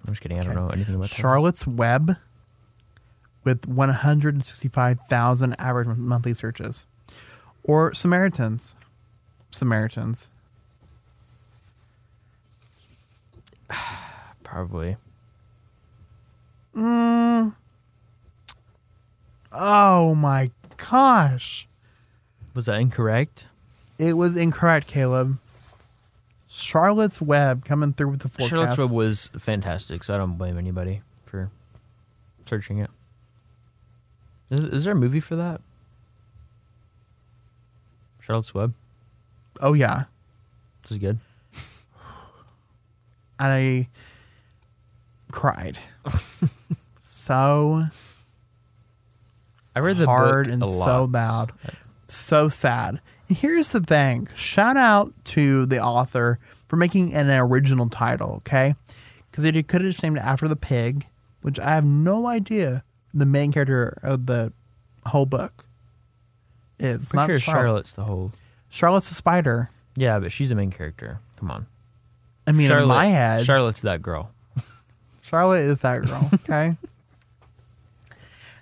Speaker 3: I'm just kidding. I don't
Speaker 2: Okay.
Speaker 3: know anything about that.
Speaker 2: Charlotte's Web with 165,000 average monthly searches. Or Samaritans. Samaritans.
Speaker 3: Probably.
Speaker 2: Oh my gosh.
Speaker 3: Was that incorrect?
Speaker 2: It was incorrect, Caleb. Charlotte's Web coming through with the forecast.
Speaker 3: Charlotte's Web was fantastic, so I don't blame anybody for searching it. Is, is there a movie for that? Charlotte's Web.
Speaker 2: Oh, yeah.
Speaker 3: This is good.
Speaker 2: And I cried. so,
Speaker 3: I read the
Speaker 2: Hard
Speaker 3: book
Speaker 2: and
Speaker 3: a
Speaker 2: so
Speaker 3: lot.
Speaker 2: loud. so sad. And here's the thing shout out to the author for making an original title, okay? Because they could have just named it after the pig, which I have no idea the main character of the whole book is. It's
Speaker 3: Pretty
Speaker 2: not
Speaker 3: sure
Speaker 2: Charlotte.
Speaker 3: Charlotte's the whole.
Speaker 2: Charlotte's a spider.
Speaker 3: Yeah, but she's the main character. Come on.
Speaker 2: I mean,
Speaker 3: Charlotte,
Speaker 2: in my head,
Speaker 3: Charlotte's that girl.
Speaker 2: Charlotte is that girl, okay?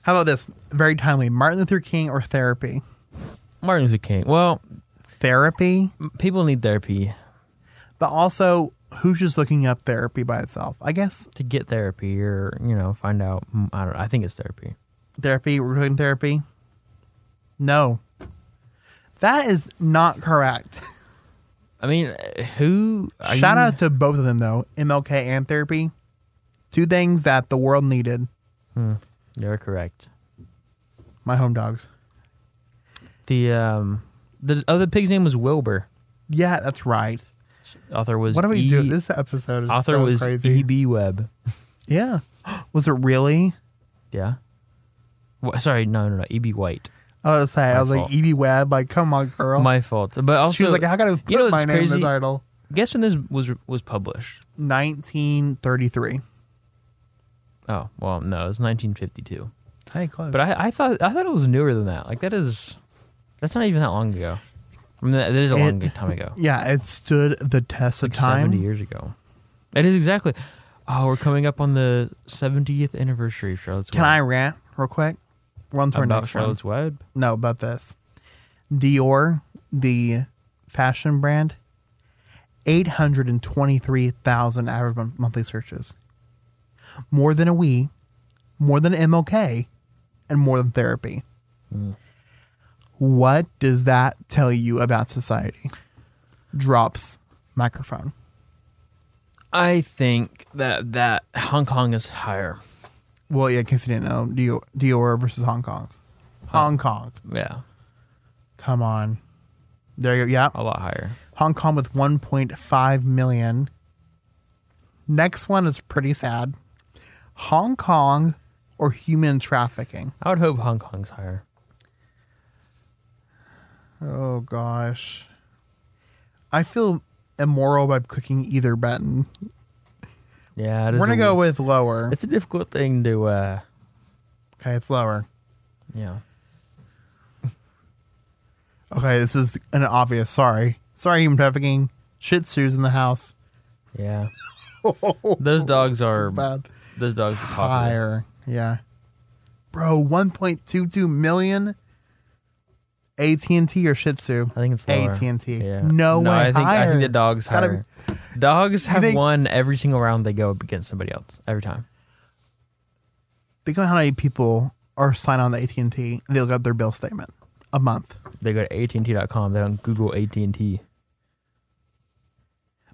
Speaker 2: How about this? Very timely. Martin Luther King or therapy?
Speaker 3: Martin Luther King. Well,
Speaker 2: Therapy?
Speaker 3: m- people need therapy
Speaker 2: But also, who's just looking up therapy by itself? I guess
Speaker 3: to get therapy, or you know, find out. mm, I don't. I think it's therapy.
Speaker 2: therapy, we're doing therapy. No. That is not correct.
Speaker 3: I mean, eh, who? are
Speaker 2: Shout
Speaker 3: you-
Speaker 2: out to both of them though, MLK and therapy. Two things that the world needed.
Speaker 3: You're correct.
Speaker 2: My home dogs.
Speaker 3: The um, the other pig's name was Wilbur.
Speaker 2: Yeah, that's right.
Speaker 3: Author was
Speaker 2: What are we
Speaker 3: E-
Speaker 2: doing? This episode is
Speaker 3: author
Speaker 2: so
Speaker 3: was E
Speaker 2: crazy.
Speaker 3: E.B. Webb.
Speaker 2: yeah. Was it really?
Speaker 3: Yeah. Wha- sorry, no, no, no. E.B. White.
Speaker 2: I was gonna say, I was
Speaker 3: fault.
Speaker 2: like Evie Webb, like, come on, girl.
Speaker 3: My fault. But also,
Speaker 2: she was like, how can I put
Speaker 3: you know what's
Speaker 2: my name in
Speaker 3: crazy?
Speaker 2: the title?
Speaker 3: Guess when this was was published?
Speaker 2: 1933.
Speaker 3: Oh well, no, it's 1952.
Speaker 2: Hey, close.
Speaker 3: But I, I thought I thought it was newer than that. Like that is, that's not even that long ago. I mean, that, that is a
Speaker 2: It-
Speaker 3: long time ago.
Speaker 2: yeah, it stood the test of time.
Speaker 3: Seventy years ago. It is exactly. Oh, we're coming up on the 70th anniversary of Charlotte's
Speaker 2: Can I
Speaker 3: Web.
Speaker 2: rant real quick? Run to our
Speaker 3: about
Speaker 2: next one.
Speaker 3: Charlotte's Web?
Speaker 2: No, about this. Dior, the fashion brand, 823,000 average mon- monthly searches. More than a Wii, more than MLK, and more than therapy. What does that tell you about society? Drops microphone.
Speaker 3: I think that that Hong Kong is higher.
Speaker 2: Well, yeah, in case you didn't know, Dior, Dior versus Hong Kong. Hong Kong.
Speaker 3: Yeah,
Speaker 2: Come on. There you go. Yeah.
Speaker 3: a lot higher.
Speaker 2: Hong Kong with 1.5 million. Next one is pretty sad. Hong Kong or human trafficking?
Speaker 3: I would hope Hong Kong's higher.
Speaker 2: Oh gosh. I feel immoral by clicking either button.
Speaker 3: Yeah, it is
Speaker 2: We're
Speaker 3: a
Speaker 2: going to go
Speaker 3: little-
Speaker 2: with lower.
Speaker 3: It's a difficult thing to. uh
Speaker 2: Okay, it's lower.
Speaker 3: Yeah.
Speaker 2: Okay, this is an obvious sorry. Sorry, human trafficking. Shih Tzus in the house.
Speaker 3: Yeah. Those dogs are
Speaker 2: Bad.
Speaker 3: those dogs are popular.
Speaker 2: Higher. Yeah. Bro, 1.22 million AT&T or Shih Tzu?
Speaker 3: I think it's lower.
Speaker 2: AT&T.
Speaker 3: Yeah.
Speaker 2: No way
Speaker 3: I think I
Speaker 2: higher.
Speaker 3: think the dogs
Speaker 2: Gotta
Speaker 3: higher. Dogs have
Speaker 2: think-
Speaker 3: won every single round they go up against somebody else every time.
Speaker 2: Think about how many people are signed on to AT and T. They look up their bill statement a month,
Speaker 3: They go to AT&T.com. They don't Google AT&T.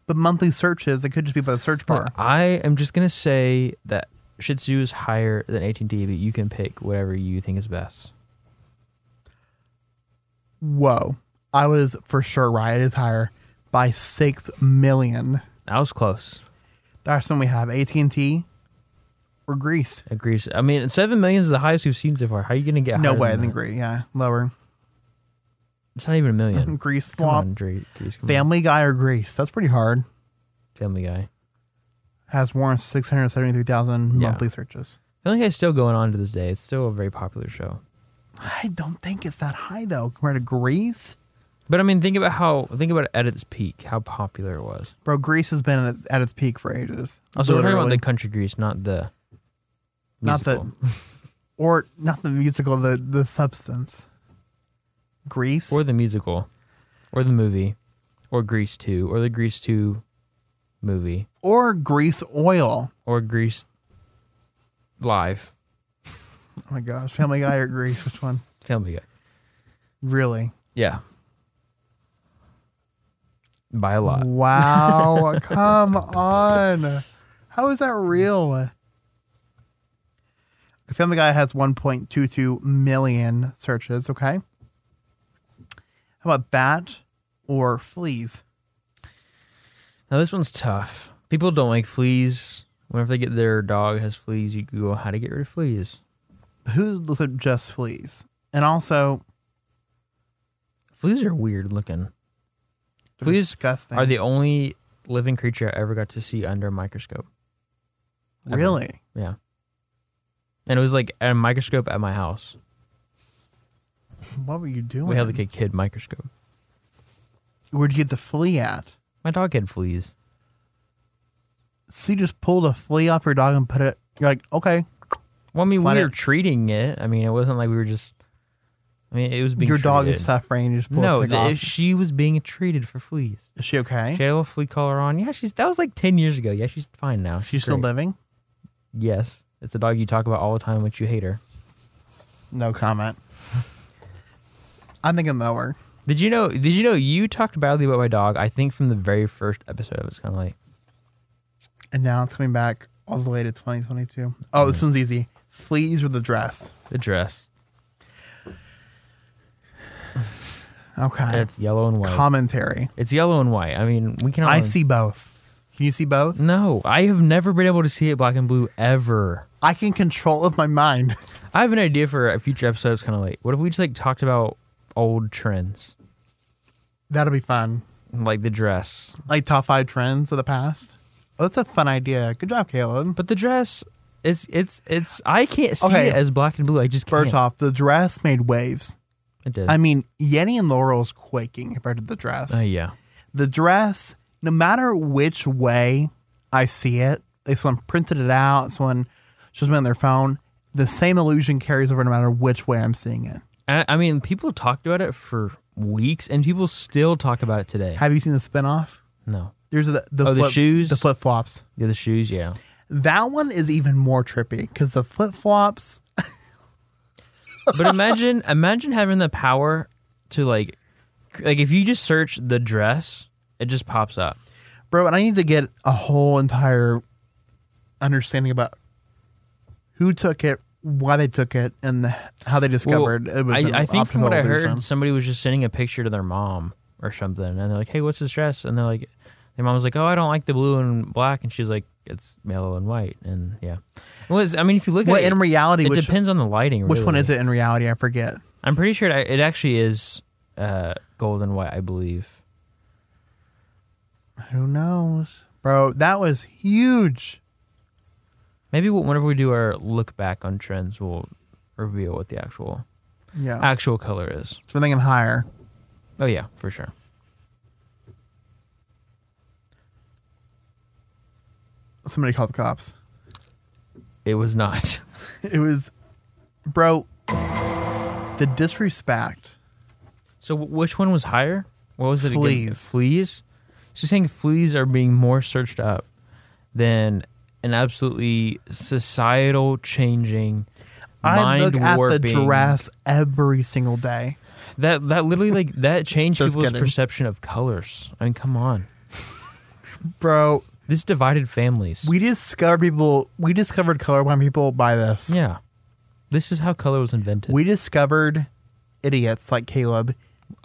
Speaker 2: but monthly searches it could just be by the search bar.
Speaker 3: I am just gonna say that Shih Tzu is higher than AT&T, but you can pick whatever you think is best.
Speaker 2: Whoa. I was for sure right. It is higher by 6 million.
Speaker 3: That was close.
Speaker 2: That's when we have AT&T or Greece.
Speaker 3: Agrees. I mean, seven million is the highest we've seen so far. How are you going to get?
Speaker 2: No
Speaker 3: higher
Speaker 2: way. I
Speaker 3: than
Speaker 2: think
Speaker 3: that?
Speaker 2: Greece. Yeah, lower.
Speaker 3: it's not even a million.
Speaker 2: Greece
Speaker 3: Come
Speaker 2: swap.
Speaker 3: on, Drake. Jeez, come on.
Speaker 2: Family Guy or Greece. That's pretty hard.
Speaker 3: Family Guy.
Speaker 2: Has warrants 673,000
Speaker 3: Yeah.
Speaker 2: monthly searches.
Speaker 3: Family Guy's still going on to this day. It's still a very popular show.
Speaker 2: I don't think it's that high though compared to Greece.
Speaker 3: But I mean, think about how think about it at its peak, how popular it was.
Speaker 2: Bro, Greece has been at its, at its peak for ages.
Speaker 3: Also, Oh, we're talking about
Speaker 2: Literally.
Speaker 3: the country Grease, not the
Speaker 2: Not the-
Speaker 3: musical.
Speaker 2: or not the musical, the the substance. Greece.
Speaker 3: or the musical, or the movie, or Grease Two, or the Grease Two movie,
Speaker 2: or grease oil.
Speaker 3: or Grease Live
Speaker 2: Oh my gosh, Family Guy or Grease? Which one?
Speaker 3: Family Guy.
Speaker 2: Really?
Speaker 3: Yeah, by a lot.
Speaker 2: Wow! come on, how is that real? Family Guy has 1.22 million searches. Okay, how about that or fleas?
Speaker 3: Now this one's tough. People don't like fleas. Whenever they get their dog has fleas, you Google how to get rid of fleas.
Speaker 2: Who looks at just fleas? And also,
Speaker 3: Fleas are weird looking.
Speaker 2: they're
Speaker 3: Fleas
Speaker 2: disgusting.
Speaker 3: Are the only living creature I ever got to see under a microscope. ever.
Speaker 2: really?
Speaker 3: Yeah. And it was like a microscope at my house.
Speaker 2: What were you doing?
Speaker 3: We had like a kid microscope.
Speaker 2: Where'd you get the flea at?
Speaker 3: My dog had fleas.
Speaker 2: So you just pulled a flea off your dog and put it. You're like, okay,
Speaker 3: Well, I mean,
Speaker 2: Slide
Speaker 3: we
Speaker 2: it-
Speaker 3: were treating it. I mean, it wasn't like we were just. I mean, it was being
Speaker 2: your dog
Speaker 3: treated.
Speaker 2: is suffering. You just pull
Speaker 3: No,
Speaker 2: it
Speaker 3: the-
Speaker 2: off. Eh? Is
Speaker 3: she was being treated for fleas.
Speaker 2: she okay?
Speaker 3: She had a little flea collar on. Yeah, she's that was like ten years ago. Yeah, she's fine now. She's
Speaker 2: She's still
Speaker 3: great.
Speaker 2: living?
Speaker 3: Yes, it's a dog you talk about all the time, which you hate her.
Speaker 2: No comment. I'm thinking lower.
Speaker 3: Did you know? Did you know you talked badly about my dog? I think from the very first episode, it's kind of like
Speaker 2: And now it's coming back all the way to 2022. Oh, this one's easy. Fleas or the dress?
Speaker 3: the dress.
Speaker 2: Okay.
Speaker 3: It's yellow and white.
Speaker 2: Commentary.
Speaker 3: it's yellow and white. I mean, we can.
Speaker 2: I
Speaker 3: only-
Speaker 2: see both. Can you see both?
Speaker 3: No, I have never been able to see it black and blue ever.
Speaker 2: I can control with my mind.
Speaker 3: I have an idea for a future episode. It's kind of late. What if we just like talked about old trends,
Speaker 2: That'll be fun.
Speaker 3: like the dress?
Speaker 2: Like top five trends of the past. Oh, that's a fun idea. Good job, Caleb.
Speaker 3: But the dress is it's it's I can't see
Speaker 2: Okay.
Speaker 3: it as black and blue. I just can't.
Speaker 2: First off, the dress made waves.
Speaker 3: it did.
Speaker 2: I mean, Yenny and Laurel's quaking compared to the dress.
Speaker 3: Oh yeah,
Speaker 2: The dress, no matter which way I see it, if someone printed it out, someone shows me on their phone, the same illusion carries over no matter which way I'm seeing it.
Speaker 3: I, I mean people talked about it for weeks, and people still talk about it today.
Speaker 2: Have you seen the spinoff?
Speaker 3: No,
Speaker 2: There's the the,
Speaker 3: Oh, the
Speaker 2: flip-
Speaker 3: shoes?
Speaker 2: the flip flops.
Speaker 3: yeah, the shoes. Yeah,
Speaker 2: That one is even more trippy because the flip flops.
Speaker 3: but imagine imagine having the power to like like if you just search the dress, it just pops up.
Speaker 2: bro and i need to get a whole entire understanding about who took it why they took it and the, how they discovered it was an
Speaker 3: I, I think
Speaker 2: optical
Speaker 3: from what I
Speaker 2: illusion.
Speaker 3: heard, somebody was just sending a picture to their mom or something, and they're like, "Hey, what's this dress?" And they're like, "Their mom was like, oh, I don't like the blue and black," and she's like, "It's yellow and white," and yeah. Well, it's- I mean, if you look
Speaker 2: well
Speaker 3: at it,
Speaker 2: in reality
Speaker 3: it
Speaker 2: which,
Speaker 3: depends on the lighting.
Speaker 2: which one
Speaker 3: really.
Speaker 2: is it in reality i forget
Speaker 3: I'm pretty sure it, it actually is uh, gold and white. I believe.
Speaker 2: who knows bro that was huge
Speaker 3: Maybe wh- whenever we do our look back on trends, we'll reveal what the actual
Speaker 2: yeah
Speaker 3: actual color is.
Speaker 2: so we're thinking higher
Speaker 3: Oh yeah, for sure.
Speaker 2: somebody called the cops
Speaker 3: It was not.
Speaker 2: it was bro the disrespect
Speaker 3: So wh- which one was higher? What was it? again?
Speaker 2: Fleas.
Speaker 3: Fleas. So you're saying fleas are being more searched up than an absolutely societal changing,
Speaker 2: i
Speaker 3: mind
Speaker 2: look at the
Speaker 3: warping.
Speaker 2: dress every single day
Speaker 3: That that literally like that changed
Speaker 2: Just
Speaker 3: people's
Speaker 2: kidding.
Speaker 3: perception of colors. I mean, come on.
Speaker 2: bro
Speaker 3: This divided families.
Speaker 2: We discovered people. We discovered colorblind people by this.
Speaker 3: yeah. This is how color was invented.
Speaker 2: We discovered idiots like Caleb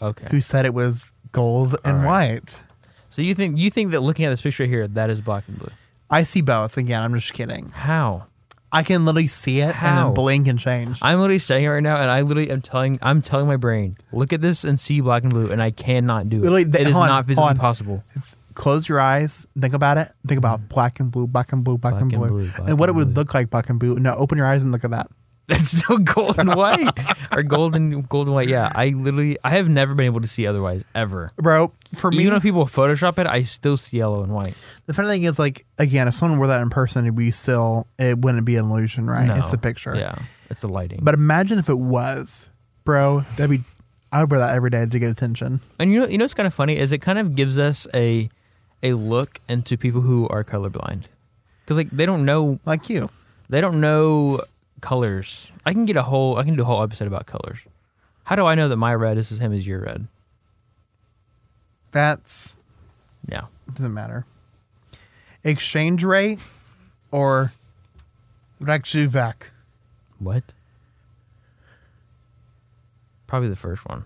Speaker 3: Okay.
Speaker 2: who said it was gold and white.
Speaker 3: So you think you think that looking at this picture here, that is black and blue?
Speaker 2: I see both. Again, I'm just kidding.
Speaker 3: How?
Speaker 2: I can literally see it and
Speaker 3: How?
Speaker 2: then blink and change.
Speaker 3: I'm literally saying it right now, and I literally am telling I'm telling my brain, look at this and see black and blue, and I cannot do it.
Speaker 2: Literally, the-
Speaker 3: it is
Speaker 2: hold on,
Speaker 3: not physically
Speaker 2: hold on.
Speaker 3: possible.
Speaker 2: Close your eyes. Think about it. Think about black and blue, black and blue, black, and blue,
Speaker 3: Mm. black
Speaker 2: and what it
Speaker 3: and
Speaker 2: would
Speaker 3: blue.
Speaker 2: look like black and blue. Now open your eyes and look at that.
Speaker 3: That's still gold and white or golden gold and white. Yeah, I literally I have never been able to see otherwise ever.
Speaker 2: Bro, for me,
Speaker 3: Even if people Photoshop it, I still see yellow and white.
Speaker 2: the funny thing is, like, again, if someone wore that in person, it'd be still, it wouldn't be an illusion, right?
Speaker 3: No.
Speaker 2: It's a picture.
Speaker 3: Yeah, it's the lighting.
Speaker 2: But imagine if it was, bro. That'd be. I would wear that every day to get attention.
Speaker 3: and you know, you know what's kind of funny is it kind of gives us a a look into people who are colorblind because like they don't know
Speaker 2: Like you.
Speaker 3: they don't know colors. I can get a whole I can do a whole episode about colors. How do I know that my red is the same as your red?
Speaker 2: That's
Speaker 3: Yeah,
Speaker 2: doesn't matter. Exchange rate or Rekjuvac.
Speaker 3: what? Probably the first one.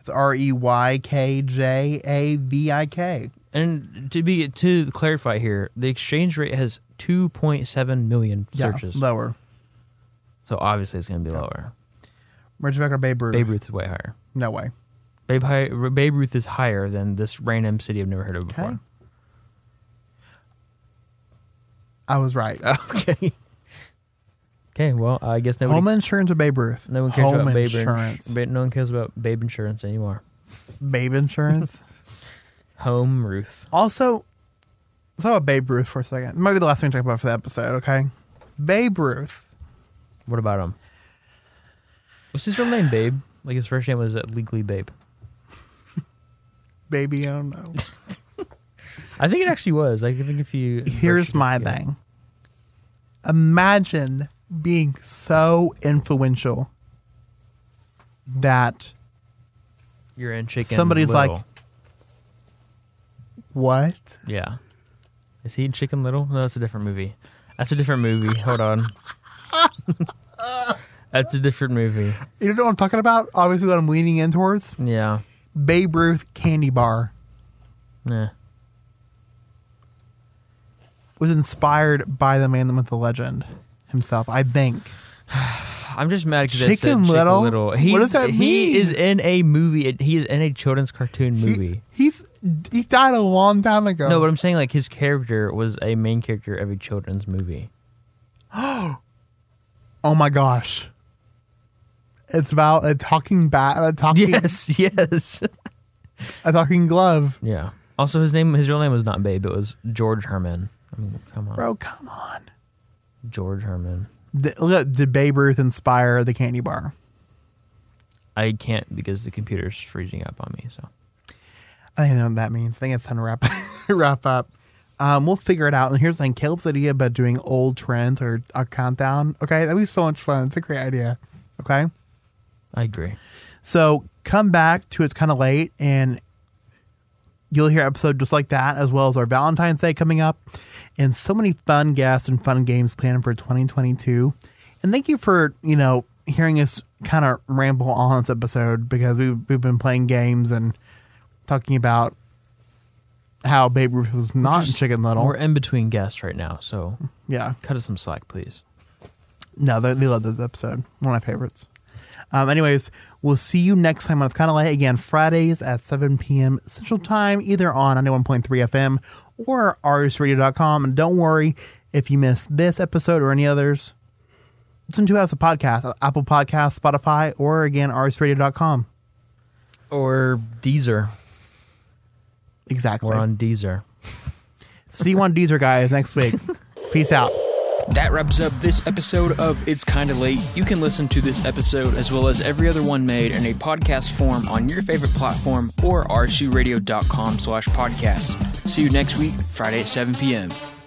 Speaker 2: It's R E Y K J A V I K.
Speaker 3: And to be to clarify here, the exchange rate has 2.7 million
Speaker 2: Yeah,
Speaker 3: searches.
Speaker 2: lower.
Speaker 3: So obviously it's going to be lower.
Speaker 2: Rekjuvac or Babe Ruth?
Speaker 3: Babe Ruth is way higher.
Speaker 2: No way.
Speaker 3: Babe, hi, Babe Ruth is higher than this random city I've never heard of before.
Speaker 2: Okay. I was right.
Speaker 3: Uh, Okay. okay. Well, I guess nobody.
Speaker 2: Home insurance or Babe Ruth?
Speaker 3: no one cares
Speaker 2: Home
Speaker 3: about Babe
Speaker 2: insurance.
Speaker 3: insurance. no one cares about Babe insurance anymore.
Speaker 2: Babe insurance.
Speaker 3: Home Ruth.
Speaker 2: Also, let's talk about Babe Ruth for a second. Maybe the last thing we talk about for the episode, okay? Babe Ruth.
Speaker 3: What about him? What's his real name, Babe? Like his first name was uh, legally Babe.
Speaker 2: Baby, oh I don't know.
Speaker 3: I think it actually was. I think if you
Speaker 2: Here's my thing Imagine being so influential that
Speaker 3: You're in chicken.
Speaker 2: Somebody's like-
Speaker 3: Little.
Speaker 2: what?
Speaker 3: Yeah. Is he in Chicken Little? No, that's a different movie. That's a different movie. Hold on. that's a different movie.
Speaker 2: You know what I'm talking about? Obviously, what I'm leaning in towards
Speaker 3: Yeah.
Speaker 2: Babe Ruth Candy Bar
Speaker 3: Yeah.
Speaker 2: was inspired by the man, the myth, the legend himself, I think.
Speaker 3: I'm just mad because said
Speaker 2: Chicken
Speaker 3: Chicken
Speaker 2: Little?
Speaker 3: Little.
Speaker 2: What
Speaker 3: He's,
Speaker 2: does that mean?
Speaker 3: He is in a movie. It- He is in a children's cartoon
Speaker 2: He-
Speaker 3: movie.
Speaker 2: he's he died a long time ago.
Speaker 3: No, but I'm saying like his character was a main character of a children's movie.
Speaker 2: oh my gosh. It's about a talking bat, a talking,
Speaker 3: Yes, yes.
Speaker 2: a talking glove.
Speaker 3: yeah. Also, his name, his real name was not Babe. It was George Herman. I mean, come on,
Speaker 2: Bro, come on.
Speaker 3: George Herman.
Speaker 2: Did, look, did Babe Ruth inspire the candy bar?
Speaker 3: I can't because the computer's freezing up on me. So
Speaker 2: I don't know what that means. I think it's time to wrap wrap up. Um, we'll figure it out. And here's the thing Caleb's idea about doing old trends or a countdown. Okay, that'd be so much fun. It's a great idea. Okay,
Speaker 3: I agree.
Speaker 2: so come back to it's kind of late, and you'll hear episode just like that, as well as our Valentine's Day coming up, and so many fun guests and fun games planned for 2022. And thank you for you know hearing us kind of ramble on this episode because we've we've been playing games and talking about how Babe Ruth was not in
Speaker 3: Just-
Speaker 2: Chicken Little.
Speaker 3: We're in between guests right now, so
Speaker 2: yeah,
Speaker 3: cut us some slack, please.
Speaker 2: No, they, they love this episode. One of my favorites. Um, anyways, we'll see you next time on It's Kind of Late. Again, Fridays at 7 p.m. Central Time, either on 91.3 FM or artistradio.com. And don't worry if you missed this episode or any others. Listen to us a podcast, on Apple Podcasts, Spotify, or again, artistradio.com.
Speaker 3: Or Deezer.
Speaker 2: Exactly.
Speaker 3: We're on Deezer.
Speaker 2: see you on Deezer, guys, next week. Peace out.
Speaker 4: That wraps up this episode of It's Kinda Late. You can listen to this episode as well as every other one made in a podcast form on your favorite platform or rcradio.com slash podcast. See you next week, Friday at 7 p.m.